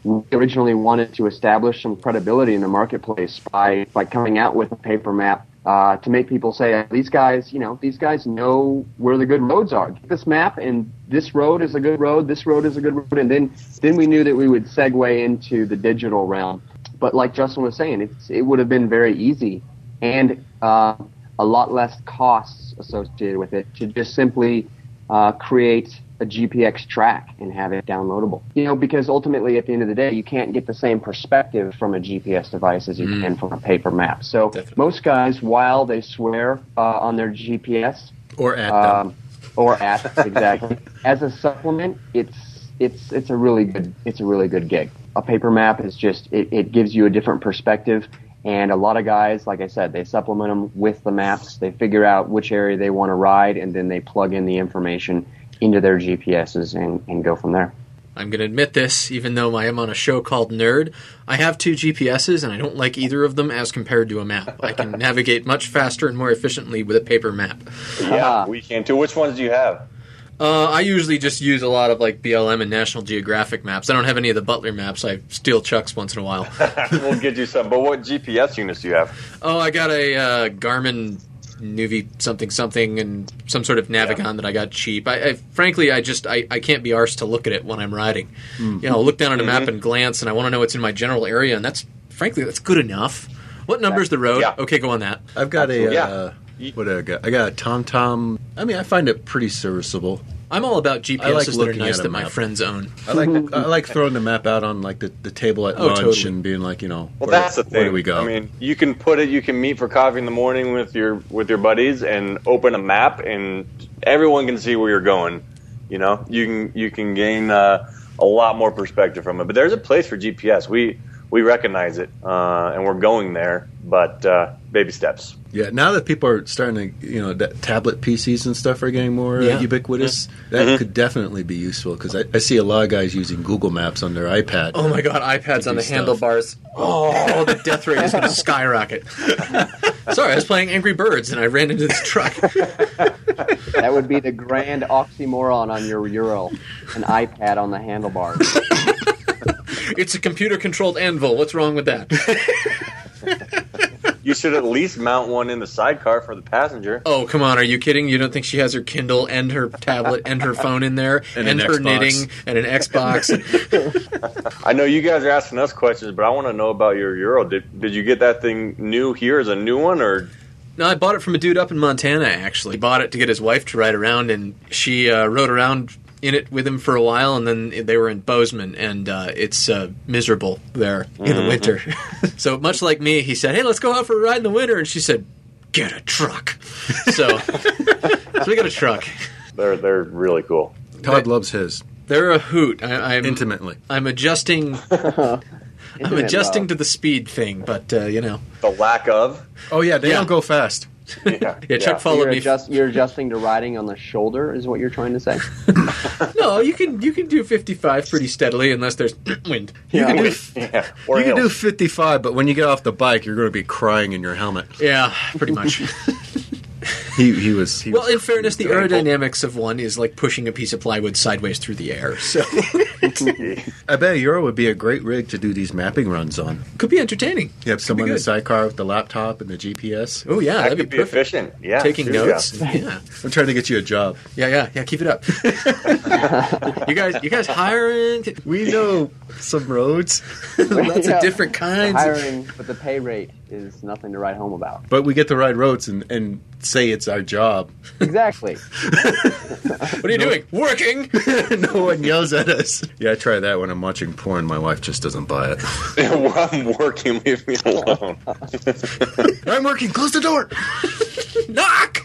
S6: We originally wanted to establish some credibility in the marketplace by by coming out with a paper map uh, to make people say these guys, you know, these guys know where the good roads are. Get this map, and this road is a good road. This road is a good road, and then then we knew that we would segue into the digital realm. But like Justin was saying, it's, it would have been very easy and uh, a lot less costs associated with it to just simply uh, create a GPX track and have it downloadable. You know, because ultimately at the end of the day, you can't get the same perspective from a GPS device as you can from a paper map. So most guys, while they swear uh, on their GPS,
S3: Or at
S6: um, or at exactly as a supplement it's it's it's a really good it's a really good gig a paper map is just it, it gives you a different perspective and a lot of guys like i said they supplement them with the maps they figure out which area they want to ride and then they plug in the information into their gps's and, and go from there
S2: I'm going to admit this, even though I am on a show called Nerd. I have two GPSs, and I don't like either of them as compared to a map. I can navigate much faster and more efficiently with a paper map.
S5: Yeah, we can too. Which ones do you have?
S2: Uh, I usually just use a lot of like BLM and National Geographic maps. I don't have any of the Butler maps. I steal Chuck's once in a while.
S5: We'll get you some. But what GPS units do you have?
S2: oh, I got a uh, Garmin Nuvi something something and some sort of Navigon that I got cheap. I, I frankly I just I, I can't be arsed to look at it when I'm riding. You know, I'll look down at a map and glance, and I want to know what's in my general area, and that's frankly that's good enough. What number's the road?
S5: Yeah.
S2: Okay, go on that.
S3: I've got a
S5: Yeah.
S3: uh, what do I got? I got a TomTom. I mean, I find it pretty serviceable.
S2: I'm all about GPSs that are
S3: looking
S2: nice
S3: at a
S2: that my
S3: map.
S2: friends own.
S3: I like
S5: <laughs>
S3: I like throwing the map out on like the, the table at
S2: Oh,
S3: lunch
S2: totally.
S3: and being like, you know,
S5: Well,
S3: where-
S5: that's the thing.
S3: Where do we go?
S5: I mean, you can put it. You can meet for coffee in the morning with your with your buddies and open a map, and everyone can see where you're going. You know, you can you can gain uh, a lot more perspective from it. But there's a place for GPS. We we recognize it, uh, and we're going there. But uh, baby steps.
S3: Yeah, now that people are starting to, you know, that tablet PCs and stuff are getting more uh,
S2: Yeah.
S3: ubiquitous, that
S5: Mm-hmm.
S3: could definitely be useful because I, I see a lot of guys using Google Maps on their iPad.
S2: Oh my god, iPads on the
S3: stuff.
S2: handlebars. Oh, the death rate is <laughs> going to skyrocket. Sorry, I was playing Angry Birds and I ran into this <laughs> truck.
S6: that would be the grand oxymoron on your ural an ipad on
S2: <laughs>
S6: the handlebars
S2: It's a computer controlled anvil. What's wrong with that?
S5: You should at least mount one in the sidecar for the passenger.
S2: Oh, come on, are you kidding? You don't think she has her Kindle and her tablet and her phone in there
S3: <laughs> And
S2: and,
S3: an
S2: her
S3: Xbox.
S2: knitting and
S3: <laughs>
S2: an Xbox?
S5: I know you guys are asking us questions, but I want to know about your Euro. Did, did you get that thing new here as a new one, or
S2: No, I bought it from a dude up in Montana. Actually, he bought it to get his wife to ride around, and she uh, rode around in it with him for a while, and then they were in Bozeman, and uh, it's uh, miserable there in
S3: Mm-hmm.
S2: the winter. <laughs> so much like me, he said, "Hey, let's go out for a ride in the winter," and she said, "Get a truck." So, <laughs> so we got a truck.
S5: they're they're really cool?
S3: Todd loves his
S2: They're a hoot. I, I'm
S3: intimately.
S2: I'm adjusting. I'm
S6: Internet
S2: adjusting
S6: love.
S2: to the speed thing, but uh, you know,
S5: The lack of.
S3: Oh yeah, they
S2: Yeah.
S3: don't go fast.
S5: Yeah,
S2: <laughs> yeah. Chuck followed
S6: you're,
S2: me.
S6: adjust, you're adjusting to riding on the shoulder is what you're trying to say
S2: No, you can you can do 55 pretty steadily unless there's <clears throat> wind.
S3: You can do
S2: <laughs>
S5: Yeah, or
S3: you can do
S5: hills.
S6: <laughs>
S3: 55, but when you get off the bike, you're going to be crying in your helmet.
S2: Yeah, pretty much.
S3: He he was. He
S2: Well,
S3: was
S2: in fairness, the
S5: Very bold.
S2: aerodynamics of one is like pushing a piece of plywood sideways through the air. So
S3: I bet Euro would be a great rig to do these mapping runs on.
S2: could be entertaining.
S3: You have someone in
S2: good.
S3: the sidecar with the laptop and the GPS.
S2: Oh yeah,
S5: That
S2: that'd
S5: could
S2: be
S5: be,
S2: perfect.
S5: efficient. Yeah,
S2: Taking
S5: seriously. <laughs>
S2: notes. Yeah.
S3: I'm trying to get you a job.
S2: Yeah, yeah, yeah. Keep it up. <laughs> you guys, you guys hiring?
S3: We know some roads, lots
S6: <laughs> Yeah.
S3: of different kinds.
S6: Hiring, but the pay rate is nothing to write home about.
S3: But we get to ride roads and, and say it's our job.
S6: Exactly.
S2: What are you doing? Working.
S3: <laughs> no one yells at us. Yeah, I try that when I'm watching porn. My wife just doesn't buy it.
S5: I'm working. Leave me
S2: <laughs>
S5: alone.
S3: <laughs> I'm working. Close the door.
S6: <laughs>
S2: Knock.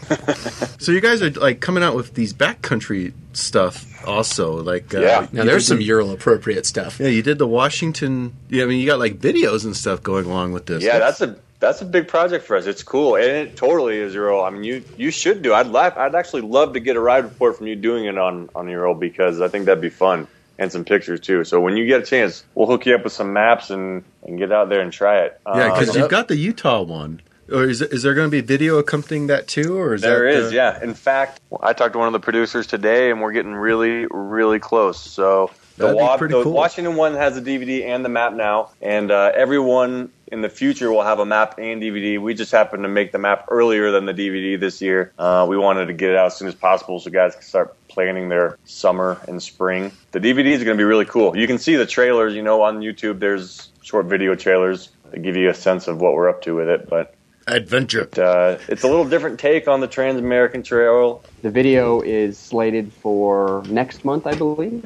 S3: So you guys are like coming out with these backcountry stuff also. Like uh,
S5: Yeah.
S2: Now
S3: you
S2: there's
S3: did
S2: some
S3: the-
S2: Ural appropriate stuff.
S3: Yeah, you did the Washington. Yeah, I mean you got like videos and stuff going along with this.
S5: Yeah, that's a that's a big project for us. It's cool, and it totally is your role. I mean, you you should do. I'd laugh. I'd actually love to get a ride report from you doing it on on your role because I think that'd be fun and some pictures too. So when you get a chance, we'll hook you up with some maps and and get out there and try it.
S3: yeah, because
S5: Um,
S3: you've got the Utah one. Or is is there going to be video accompanying that too? Or is
S5: There
S3: that,
S5: is,
S3: uh,
S5: yeah. In fact, I talked to one of the producers today, and we're getting really, really close. So the,
S3: That'd be
S5: Wa-
S3: pretty
S5: the
S3: cool.
S5: Washington one has a DVD and the map now, and uh, everyone in the future will have a map and DVD. We just happened to make the map earlier than the DVD this year. Uh, we wanted to get it out as soon as possible so guys can start planning their summer and spring. The DVD is going to be really cool. You can see the trailers, you know, on YouTube. There's short video trailers that give you a sense of what we're up to with it, but
S3: adventure.
S5: uh, it's a little different take on the Trans American Trail.
S6: The video is slated for next month, I believe.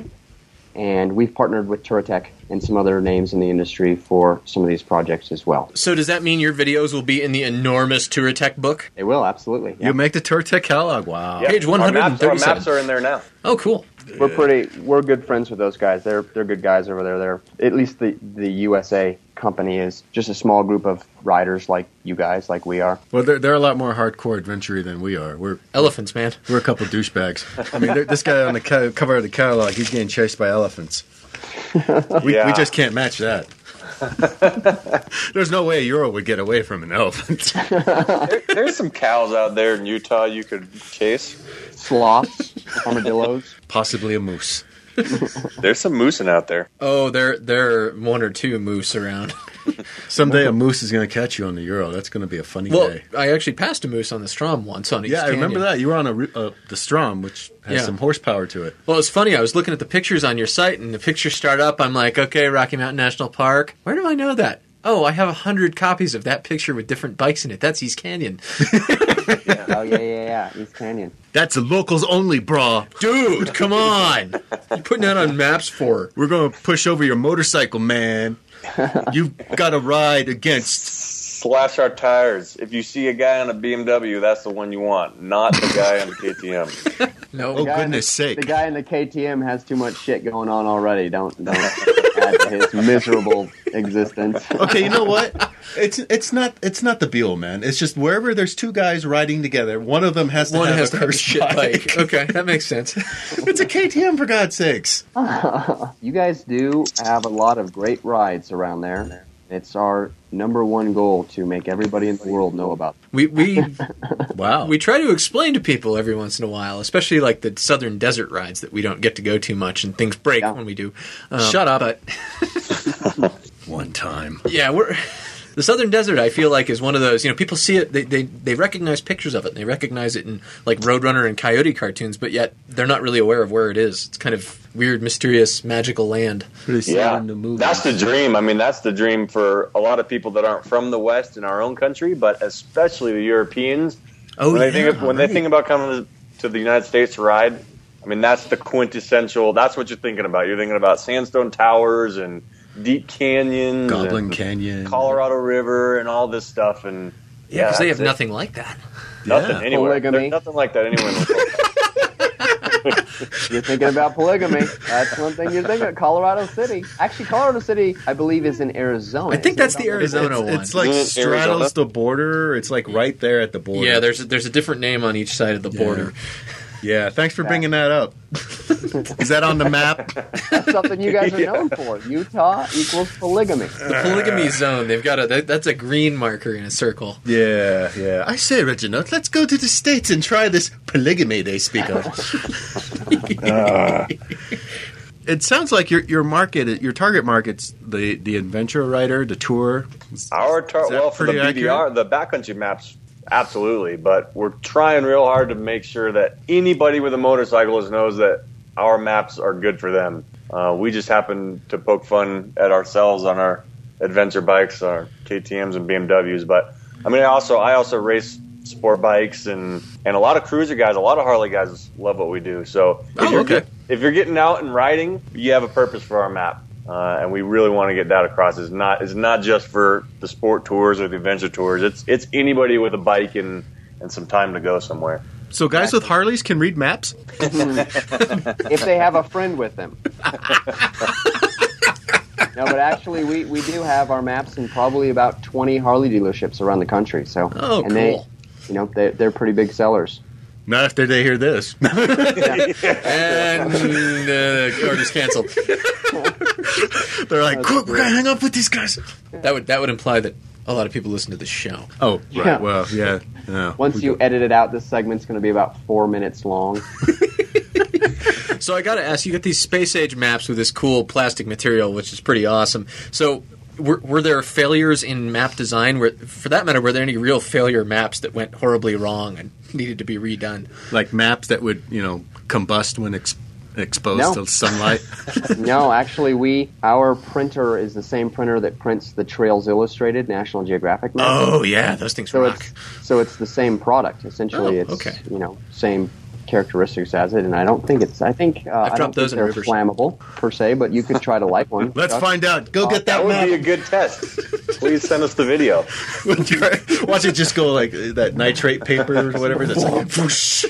S6: And we've partnered with Turatech and some other names in the industry for some of these projects as well.
S2: So does that mean your videos will be in the enormous Tour Tech book?
S6: They will, absolutely. yeah.
S3: You make the Turtech catalog. Wow.
S5: Yeah,
S2: Page
S5: our maps- Our maps,
S2: 137.
S5: are in there now.
S2: Oh, cool.
S6: We're pretty. We're good friends with those guys. They're they're good guys over there. They're at least the the USA company is just a small group of riders like you guys, like we are.
S3: Well, they're, they're a lot more hardcore adventure than we are. We're
S2: Elephants, man.
S3: we're a couple douchebags. I mean, there- this guy on the co- cover of the catalog, he's getting chased by elephants. We,
S5: Yeah.
S3: we just can't match
S5: <laughs>
S3: that. There's no way a Euro would get away from an elephant. <laughs>
S5: There- there's some cows out there in Utah you could chase.
S6: Sloths, armadillos.
S3: Possibly a moose.
S5: There's some moosing out there.
S2: Oh, there there are one or two moose around.
S3: Someday a moose is going to catch you on the Euro. That's going to be a funny
S2: Well,
S3: day.
S2: I actually passed a moose on the Strom once on East
S3: Yeah, I remember
S2: Canyon.
S3: that. You were on a ru- uh, the Strom, which has
S2: Yeah.
S3: some horsepower to it.
S2: Well, it's funny. I was looking at the pictures on your site, and the pictures start up. I'm like, okay, Rocky Mountain National Park. Where do I know that? Oh, I have a hundred copies of that picture with different bikes in it. That's East Canyon,
S6: Oh yeah, yeah, yeah. East Canyon.
S3: That's the locals only, brah.
S2: dude. Come on, You're putting that on maps for
S3: We're going to push over your motorcycle,
S2: <laughs>
S3: man. You've got to ride against.
S5: Slash our tires. If you see a guy on a BMW, that's the one you want, not the guy <laughs> on the KTM.
S2: no.
S3: Oh,
S6: guy-
S3: goodness sake.
S6: The guy in the KTM has too much shit going on already. Don't don't add to his miserable existence.
S3: okay, you know
S2: <laughs>
S3: what? It's it's not it's not the Beal man. It's just wherever there's two guys riding together, one of them has to
S2: One
S3: have
S2: has
S3: a
S2: to have a
S3: cursed
S2: shit
S3: bike.
S2: bike. Okay, that makes
S3: <laughs>
S2: sense.
S3: it's a KTM for God's sakes.
S6: You guys do have a lot of great rides around there. It's our number one goal to make everybody in the world know about. them.
S2: We we
S3: Wow.
S2: we try to explain to people every once in a while, especially like the southern desert rides that we don't get to go too much, and things break
S6: Yeah.
S2: when we do. Um, Shut up. But
S3: One time.
S2: Yeah, we're <laughs> the Southern Desert. I feel like is one of those. You know, people see it. They they, they recognize pictures of it. And they recognize it in like Roadrunner and Coyote cartoons, but yet they're not really aware of where it is. It's kind of weird, mysterious, magical land.
S3: Pretty sad
S5: yeah,
S3: in the movies.
S5: that's the dream. I mean, that's the dream for a lot of people that aren't from the West in our own country, but especially the Europeans.
S2: Oh
S5: when
S2: yeah,
S5: they think of, when
S2: right.
S5: they think about coming to the United States to ride, I mean that's the quintessential. That's what you're thinking about. You're thinking about sandstone towers and deep canyons,
S3: Goblin
S5: and the
S3: Canyon.
S5: Colorado River, and all this stuff. And yeah,
S2: 'Cause they have
S5: that's it.
S2: nothing like that.
S5: Nothing
S3: Yeah.
S5: anywhere.
S6: Polygamy.
S5: There's nothing like that anywhere. in the world.
S6: You're thinking about polygamy. That's one thing you're thinking. About. Colorado City. Actually, Colorado City, I believe, is in Arizona.
S2: I think
S6: Isn't
S2: that's
S6: it?
S2: the
S3: It's,
S2: Arizona
S3: it's,
S2: one.
S3: it's like
S5: Isn't it
S3: straddles
S5: Arizona?
S3: the border. It's like right there at the border.
S2: yeah, there's there's a different name on each side of the border. <laughs>
S3: Yeah, thanks for bringing that up. Is that on the map?
S6: That's something
S2: <laughs>
S6: you guys are known for. Utah equals polygamy.
S2: The polygamy zone. They've got a that, that's a green marker in a circle.
S3: Yeah, yeah. I say, Reginald, let's go to the States and try this polygamy they speak
S2: <laughs>
S3: of. it sounds like your your market, your target market's the, the adventure writer, the tour.
S5: Our tar-
S3: Is that
S5: well for the
S3: pretty
S5: BDR, the backcountry maps, absolutely. But we're trying real hard to make sure that anybody with a motorcyclist knows that our maps are good for them. Uh, we just happen to poke fun at ourselves on our adventure bikes, our KTM's and BMWs. But I mean, I also I also race sport bikes and and a lot of cruiser guys, a lot of Harley guys love what we do. So if
S3: Oh,
S5: you're
S3: okay.
S5: get- if you're getting out and riding, you have a purpose for our map, uh, and we really want to get that across. It's not it's not just for the sport tours or the adventure tours. It's it's anybody with a bike and and some time to go somewhere.
S3: So guys with Harleys can read maps?
S6: if they have a friend with them. no, but actually, we, we do have our maps in probably about 20 Harley dealerships around the country. So,
S2: Oh,
S6: and they,
S2: cool.
S6: you know, they're, they're pretty big sellers.
S3: Not after they hear this. <laughs>
S5: <laughs>
S2: And uh, the order's canceled.
S3: They're like, quick, we're going to hang up with these guys.
S2: That would that would imply that a lot of people listen to the show.
S3: Oh, right.
S6: Yeah.
S3: Well, yeah. yeah.
S6: Once you edit it out, this segment's going to be about four
S2: <laughs>
S6: minutes long.
S2: So I got to ask, you got these space age maps with this cool plastic material, which is pretty awesome. So were, were there failures in map design? Were, for that matter, were there any real failure maps that went horribly wrong and needed to be redone?
S3: Like maps that would, you know, combust when ex- exposed
S6: No.
S3: to sunlight.
S6: no, actually, we our printer is the same printer that prints the Trails Illustrated National Geographic maps.
S3: oh, yeah.
S2: Those things
S6: So
S2: rock.
S6: it's so it's the same product essentially.
S2: Oh,
S6: it's
S2: okay.
S6: you know same characteristics as it, and I don't think it's. I think uh, I don't
S2: dropped
S6: think
S2: those in
S6: they're
S2: rivers.
S6: flammable per se, but you could try to light one.
S3: <laughs> Let's
S6: Chuck.
S3: find out. Go get that,
S5: That would
S3: map. <laughs>
S5: be a good test. Please send us the video. <laughs>
S3: Watch it just go like uh, that nitrate paper or whatever. That's like, whoosh.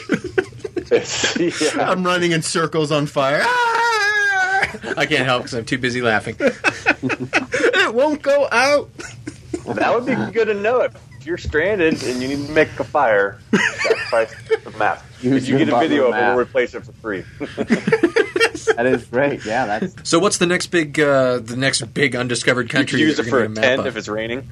S3: <laughs>
S5: yeah.
S3: I'm running in circles on fire. Ah!
S2: I can't help because I'm too busy laughing.
S3: It won't go out.
S5: That would be good to know if you're stranded and you need to make a fire. Sacrifice the map.
S6: Use
S5: If you
S6: your
S5: get a video of
S6: bottom
S5: it, we'll
S6: map.
S5: replace it for free.
S6: That is great. Yeah, that's
S2: So what's the next big, uh, the next big undiscovered
S5: you could
S2: country?
S5: use it
S2: that
S5: for
S2: you're
S5: a
S2: gonna
S5: tent
S2: map
S5: if
S2: up?
S5: it's raining.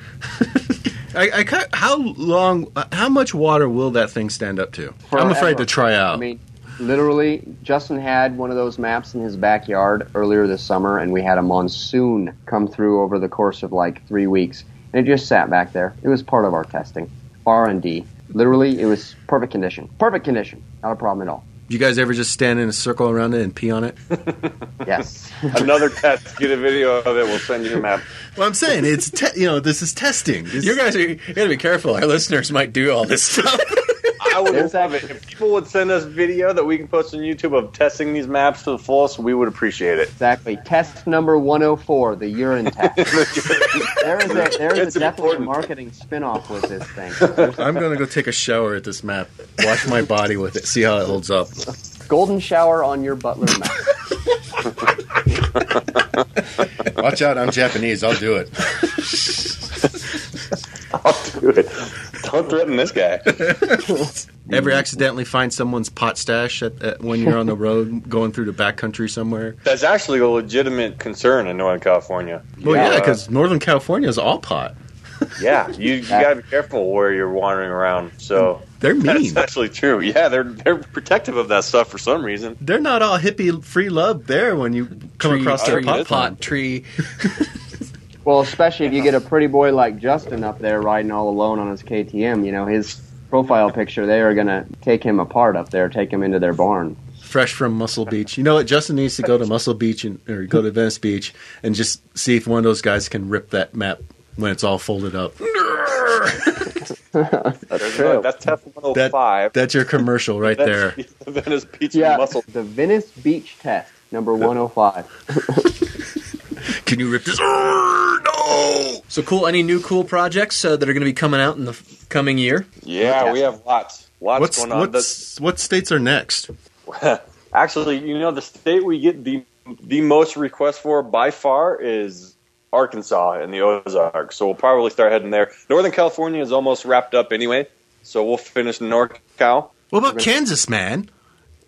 S3: I, I ca- how long? uh, How much water will that thing stand up to? <laughs> I'm afraid
S6: forever.
S3: to try out.
S6: I mean, literally, Justin had one of those maps in his backyard earlier this summer, and we had a monsoon come through over the course of like three weeks, and it just sat back there. It was part of our testing, R and D. Literally, it was perfect condition. Perfect condition. Not a problem at all.
S3: you guys ever just stand in a circle around it and pee on it?
S6: Yes.
S3: <laughs>
S6: <laughs>
S5: Another test. Get a video of it. We'll send you a map.
S3: well, I'm saying it's te- you know this is testing. This-
S2: You guys are you gotta be careful. Our listeners might do all this stuff.
S5: I would
S6: There's
S5: love
S6: actually-
S5: it. If people would send us video that we can post on YouTube of testing these maps to the fullest, we would appreciate it. <laughs>
S6: Exactly. Test number 104, the urine test. there is a, there is
S5: It's
S6: a definite
S5: important.
S6: marketing spin-off with this thing.
S3: I'm gonna go take a shower at this map. Wash my body with it. See how it holds up.
S6: Golden shower on your butler map.
S3: Watch out! I'm Japanese. I'll do it.
S5: I'll do it. Don't threaten this guy.
S3: Ever accidentally find someone's pot stash at, at, when you're on the road going through the backcountry somewhere?
S5: That's actually a legitimate concern in Northern California.
S3: Well, yeah,
S5: Uh,
S3: because Northern California is all pot.
S5: yeah, you, you gotta be careful where you're wandering around. So
S3: They're mean.
S5: that's actually true. Yeah, they're they're protective of that stuff for some reason.
S3: They're not all hippie free love there when you come
S2: Tree,
S3: across their
S2: tree,
S3: pot.
S2: pot tree.
S6: Well, especially if you get a pretty boy like Justin up there riding all alone on his KTM, you know, his profile picture, they are going to take him apart up there, take him into their barn.
S3: fresh from Muscle Beach. You know what? Justin needs to go to Muscle Beach and, or go to Venice Beach and just see if one of those guys can rip that map when it's all folded up.
S5: That's,
S6: true.
S5: that's test
S3: That,
S5: 105.
S3: That's your commercial
S6: <laughs>
S3: right there.
S5: That's <laughs> the Venice Beach
S6: Yeah,
S5: muscle.
S6: the Venice Beach test, number 105.
S3: Can you rip this? <laughs> No!
S2: So cool. Any new cool projects uh, that are going to be coming out in the f- coming year?
S5: Yeah, we have lots, lots
S3: What's,
S5: going on. The-
S3: what's, what states are next?
S5: <laughs> Actually, you know, the state we get the the most requests for by far is Arkansas and the Ozarks. So we'll probably start heading there. Northern California is almost wrapped up anyway, so we'll finish NorCal.
S3: What about Kansas, man?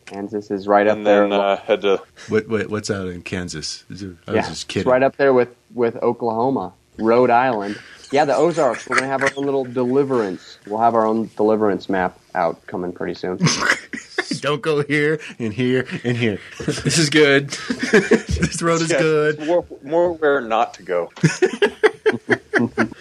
S6: Kansas is right up
S5: and
S6: there.
S5: then uh, had to
S3: What, what what's out in Kansas? Is it, I was
S6: yeah,
S3: just
S6: it's
S3: kidding.
S6: right up there with with Oklahoma, Rhode Island. Yeah, the Ozarks. We're gonna have our own little deliverance. We'll have our own deliverance map out coming pretty soon.
S3: <laughs> Don't go here and here and
S6: <laughs>
S3: here.
S2: This is good. <laughs>
S3: this road is
S5: Yeah,
S3: good.
S5: More, more where not to go.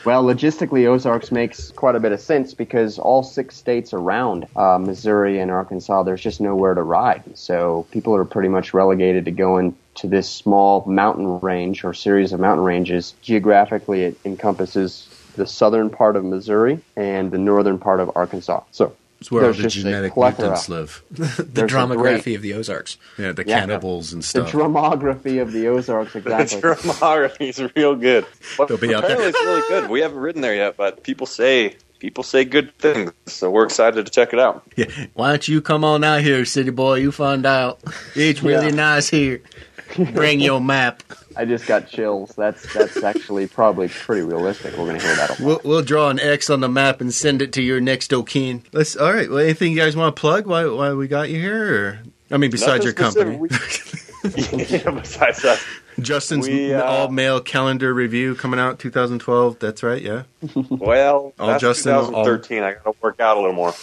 S6: Well, logistically, Ozarks makes quite a bit of sense because all six states around uh, Missouri and Arkansas, there's just nowhere to ride. So people are pretty much relegated to going to this small mountain range or series of mountain ranges. Geographically, it encompasses the southern part of Missouri and the northern part of Arkansas. So
S3: It's where all
S6: there's
S3: the
S6: just a
S3: genetic
S6: plethora.
S3: mutants live.
S2: The
S6: There's a
S2: dramography
S6: great-
S2: of the Ozarks.
S3: Yeah, the
S6: Yeah.
S3: cannibals and
S6: The
S3: stuff.
S6: drumography of the Ozarks,
S5: The
S6: exactly.
S5: thermography is real good. But
S3: They'll be out there.
S5: apparently it's really good. We haven't ridden there yet, but people say people say good things, so we're excited to check it out.
S3: Yeah. Why don't you come on out here, city boy? You find out. It's really
S6: Yeah.
S3: nice here. Bring your map.
S6: I just got chills. That's that's actually probably pretty realistic. We're going to hear that a lot.
S3: We'll, we'll draw an X on the map and send it to your next of kin. Let's. All right. Well, anything you guys want to plug? Why why we got you here? Or, I mean, besides
S5: Nothing
S3: your company,
S5: specific. We- <laughs> yeah, besides that,
S3: Justin's
S5: We, uh,
S3: all male calendar review coming out 2012. That's right. Yeah.
S5: well,
S3: All
S5: that's
S3: Justin, all-
S5: 2013. I got to work out a little more.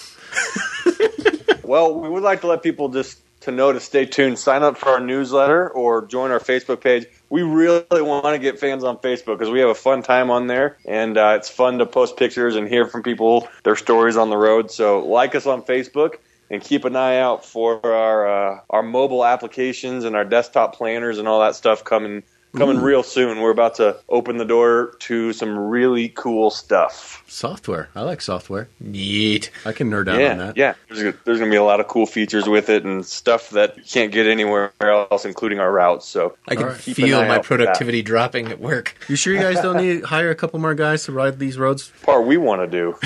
S5: well, we would like to let people just to know to stay tuned, sign up for our newsletter, or join our Facebook page. We really want to get fans on Facebook because we have a fun time on there, and uh, it's fun to post pictures and hear from people their stories on the road. So like us on Facebook. And keep an eye out for our uh, our mobile applications and our desktop planners and all that stuff coming coming real soon. We're about to open the door to some really cool stuff.
S3: Software. I like software.
S2: Neat.
S3: I can nerd out
S5: yeah,
S3: on that.
S5: Yeah, there's, there's going to be a lot of cool features with it and stuff that you can't get anywhere else, including our routes. So
S2: I can
S3: All right.
S5: Keep an
S2: feel
S5: eye
S2: my
S5: out for that.
S2: productivity dropping at work.
S3: You sure you guys don't
S5: <laughs>
S3: need hire a couple more guys to ride these roads?
S5: part we want to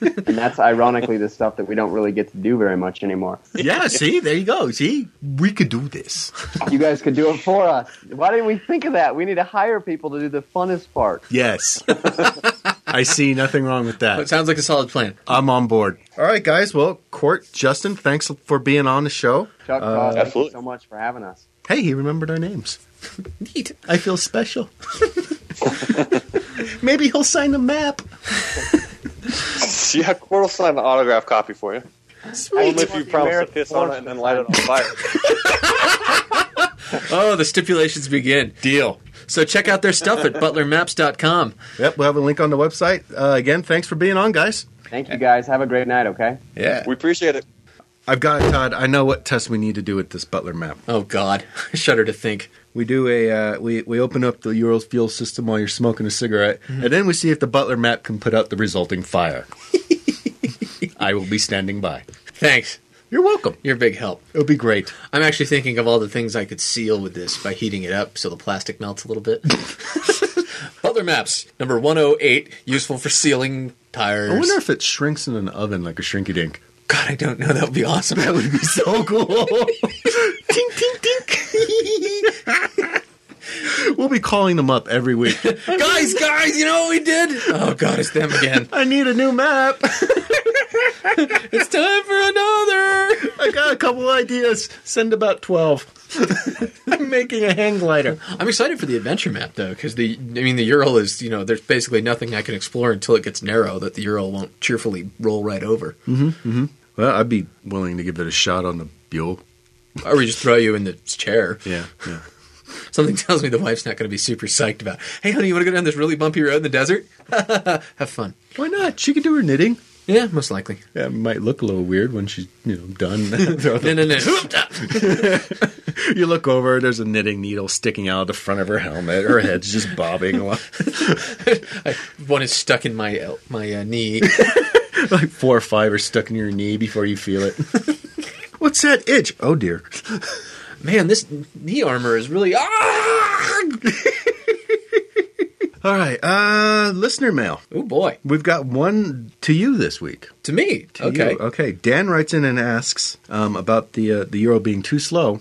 S3: <laughs>
S5: do.
S6: And that's ironically the stuff that we don't really get to do very much anymore.
S3: yeah. See, there you go. See, we could do this.
S6: You guys could do it for us. Why didn't we think of that? We need to hire people to do the funnest part.
S5: <laughs>
S3: Yes. I see nothing wrong with that.
S2: It sounds like a solid plan.
S3: I'm on board. All right, guys. Well, Court, Justin, thanks for being on the show.
S6: Chuck, Todd, thank you
S5: absolutely.
S6: so much for having us.
S3: Hey, he remembered our names.
S2: Neat.
S3: I feel special. <laughs> Maybe he'll sign a map.
S5: yeah, Court will sign an autograph copy for you. Only if you promise to piss on it and then light it on fire.
S3: <laughs>
S2: Oh, the stipulations begin.
S3: Deal.
S2: So check out their stuff at <laughs> butlermaps.com.
S3: Yep, we'll have a link on the website. Uh, again, thanks for being on, guys.
S6: Thank you guys. Have a great night, okay?
S3: Yeah.
S5: We appreciate it.
S3: I've got it, Todd. I know what test we need to do with this Butler map.
S2: Oh, God. <laughs> I shudder to think.
S3: We do a uh, we we open up the Euro fuel system while you're smoking a cigarette, and then we see if the Butler map can put out the resulting fire. I will be standing by.
S2: Thanks.
S3: You're welcome.
S2: You're a big help.
S3: It'll be great.
S2: I'm actually thinking of all the things I could seal with this by heating it up so the plastic melts a little bit. <laughs> Butler Maps, number 108, useful for sealing tires.
S3: I wonder if it shrinks in an oven like a shrinky dink.
S2: God, I don't know. That would be awesome. <laughs>
S3: That would be so cool. <laughs> tink, tink, tink. <laughs> we'll be calling them up every week. <laughs>
S2: guys, guys, you know what we did? Oh, God, it's them again.
S3: I need a new map.
S2: <laughs>
S3: <laughs>
S2: It's time for another.
S3: I got a couple ideas. Send about 12. <laughs> I'm making a hang glider.
S2: I'm excited for the adventure map though, because the I mean the Ural is you know there's basically nothing I can explore until it gets narrow that the Ural won't cheerfully roll right <laughs> over,
S3: Well, I'd be willing to give it a shot on the Buell.
S2: or we just throw you in the chair.
S3: Yeah, yeah.
S2: Something <laughs> tells me the wife's not going to be super psyched about. Hey, honey, you want to go down this really bumpy road in the desert? <laughs> Have fun.
S3: <laughs> Why not? She could do her knitting.
S2: Yeah, most likely.
S3: Yeah, it might look a little weird when she's you know done. <laughs> Throw
S2: No,
S3: the-
S2: <laughs> no, ah. no.
S3: you look over, there's a knitting needle sticking out of the front of her helmet. Her head's just bobbing. along.
S2: One is stuck in my el- my uh, knee.
S3: like four or five are stuck in your knee before you feel it. <laughs> What's that itch? Oh dear.
S2: Man, this knee armor is really. Ah!
S3: All right, uh, listener mail.
S2: Oh boy,
S3: We've got one to you this week.
S2: to me.
S3: To
S2: okay.
S3: you. okay. Dan writes in and asks um, about the uh, the euro being too <laughs> slow.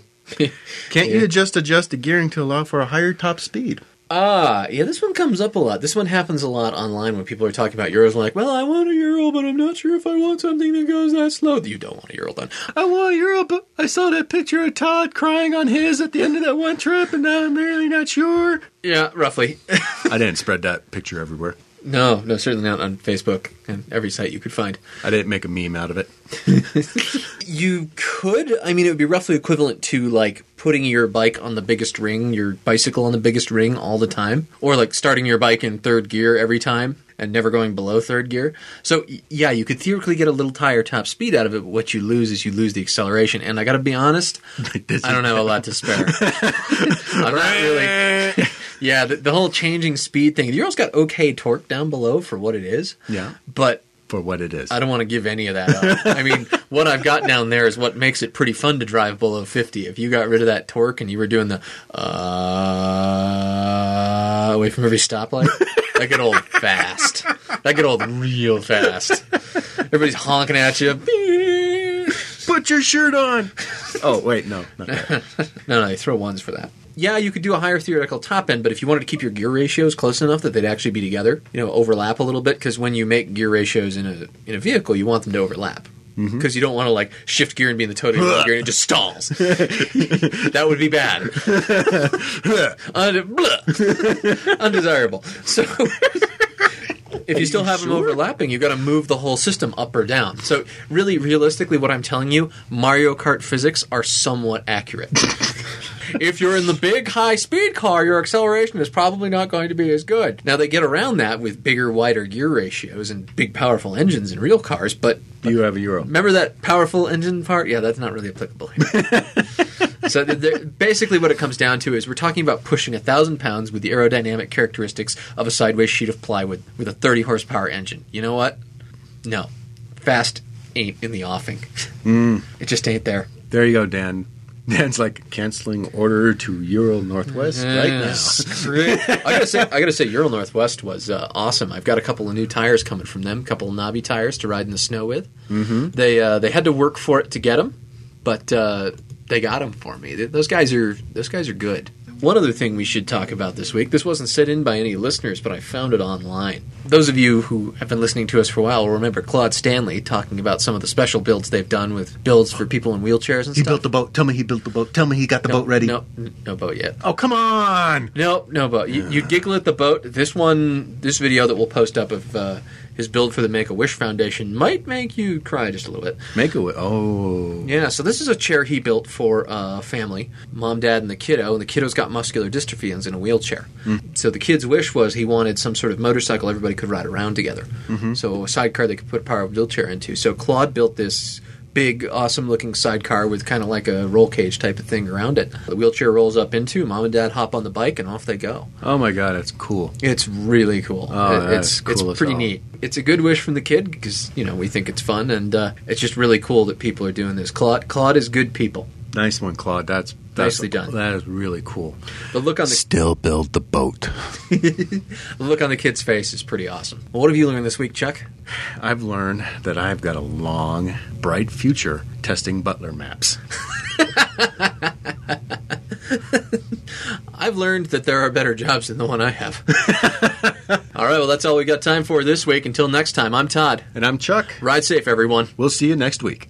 S3: Can't you just adjust the gearing to allow for a higher top speed?
S2: Ah, yeah, this one comes up a lot. This one happens a lot online when people are talking about Euros. Like, well, I want a Euro, but I'm not sure if I want something that goes that slow. You don't want a Euro, then.
S3: I want Euro, but I saw that picture of Todd crying on his at the end of that one trip, and now I'm really not sure.
S2: Yeah, roughly.
S3: I didn't spread that picture everywhere.
S2: no, no, certainly not on Facebook and every site you could find.
S3: I didn't make a meme out of it.
S2: You could. I mean, it would be roughly equivalent to like putting your bike on the biggest ring, your bicycle on the biggest ring all the time, or like starting your bike in third gear every time and never going below third gear. So y- yeah, you could theoretically get a little tire top speed out of it, but what you lose is you lose the acceleration. And I got to be honest,
S3: this
S2: I don't have a lot to spare. I'm not really. <laughs> Yeah, the, the whole changing speed thing. The Euro's got okay torque down below for what it is.
S3: Yeah.
S2: but
S3: For what it is.
S2: I don't want to give any of that up. I mean, what I've got down there is what makes it pretty fun to drive below 50. If you got rid of that torque and you were doing the uh, away from every stoplight, that get old fast. That get old real fast. Everybody's honking at you.
S3: Put your shirt on. <laughs> oh wait, no, not that.
S2: No, no, they throw ones for that. Yeah, you could do a higher theoretical top end, but if you wanted to keep your gear ratios close enough that they'd actually be together, you know, overlap a little bit, because when you make gear ratios in a in a vehicle, you want them to overlap. Because you don't want to like shift gear and be in the totally wrong gear and it just stalls. that would be bad, Un- blah. undesirable. So if you still have them overlapping, you've got to move the whole system up or down. So, really, realistically, what I'm telling you, Mario Kart physics are somewhat accurate. if you're in the big high speed car, your acceleration is probably not going to be as good. Now, they get around that with bigger, wider gear ratios and big, powerful engines in real cars, but
S3: Do you have a euro?
S2: Remember that powerful engine part? Yeah, that's not really applicable here. so th- th- basically, what it comes down to is we're talking about pushing a thousand pounds with the aerodynamic characteristics of a sideways sheet of plywood with a 30 horsepower engine. You know what? No, fast ain't in the offing. It just ain't there.
S3: There you go, Dan. Dan's like canceling order to Euro Northwest right now. <laughs>
S2: I gotta say, I gotta say, Ural Northwest was uh, awesome. I've got a couple of new tires coming from them, a couple of knobby tires to ride in the snow with. Mm-hmm. They uh, they had to work for it to get them, but uh, they got them for me. Th- Those guys are those guys are good. One other thing we should talk about this week. This wasn't set in by any listeners, but I found it online. Those of you who have been listening to us for a while will remember Claude Stanley talking about some of the special builds they've done with builds for people in wheelchairs and
S3: He
S2: stuff.
S3: built the boat. Tell me he built the boat. Tell me he got the boat ready.
S2: No, no boat yet.
S3: Oh come on!
S2: No, no boat. You, you giggle at the boat. This one, this video that we'll post up of uh, his build for the Make a Wish Foundation might make you cry just a little bit.
S3: Make a wi- Oh,
S2: Yeah, so this is a chair he built for a family mom, dad, and the kiddo, and the kiddo's got muscular dystrophy and's in a wheelchair. So the kid's wish was he wanted some sort of motorcycle everybody could ride around together. So a sidecar they could put a power wheelchair into. So Claude built this big, awesome looking sidecar with kind of like a roll cage type of thing around it. The wheelchair rolls up into, mom and dad hop on the bike, and off they go.
S3: oh my God, that's cool.
S2: It's really cool.
S3: Oh,
S2: It-
S3: that
S2: it's
S3: is cool as
S2: it's pretty
S3: hell.
S2: neat. It's a good wish from the kid because you know we think it's fun, and uh, it's just really cool that people are doing this. Claude, Claude is good people.
S3: Nice one, Claude. That's, that's
S2: Nicely done.
S3: That is really cool.
S2: The look on the
S3: Still build the boat.
S2: the look on the kid's face is pretty awesome. Well, what have you learned this week, Chuck?
S3: I've learned that I've got a long, bright future testing Butler maps.
S2: I've learned that there are better jobs than the one I have. <laughs> all right, well that's all we got time for this week. Until next time, I'm Todd.
S3: And I'm Chuck.
S2: Ride safe, everyone.
S3: We'll see you next week.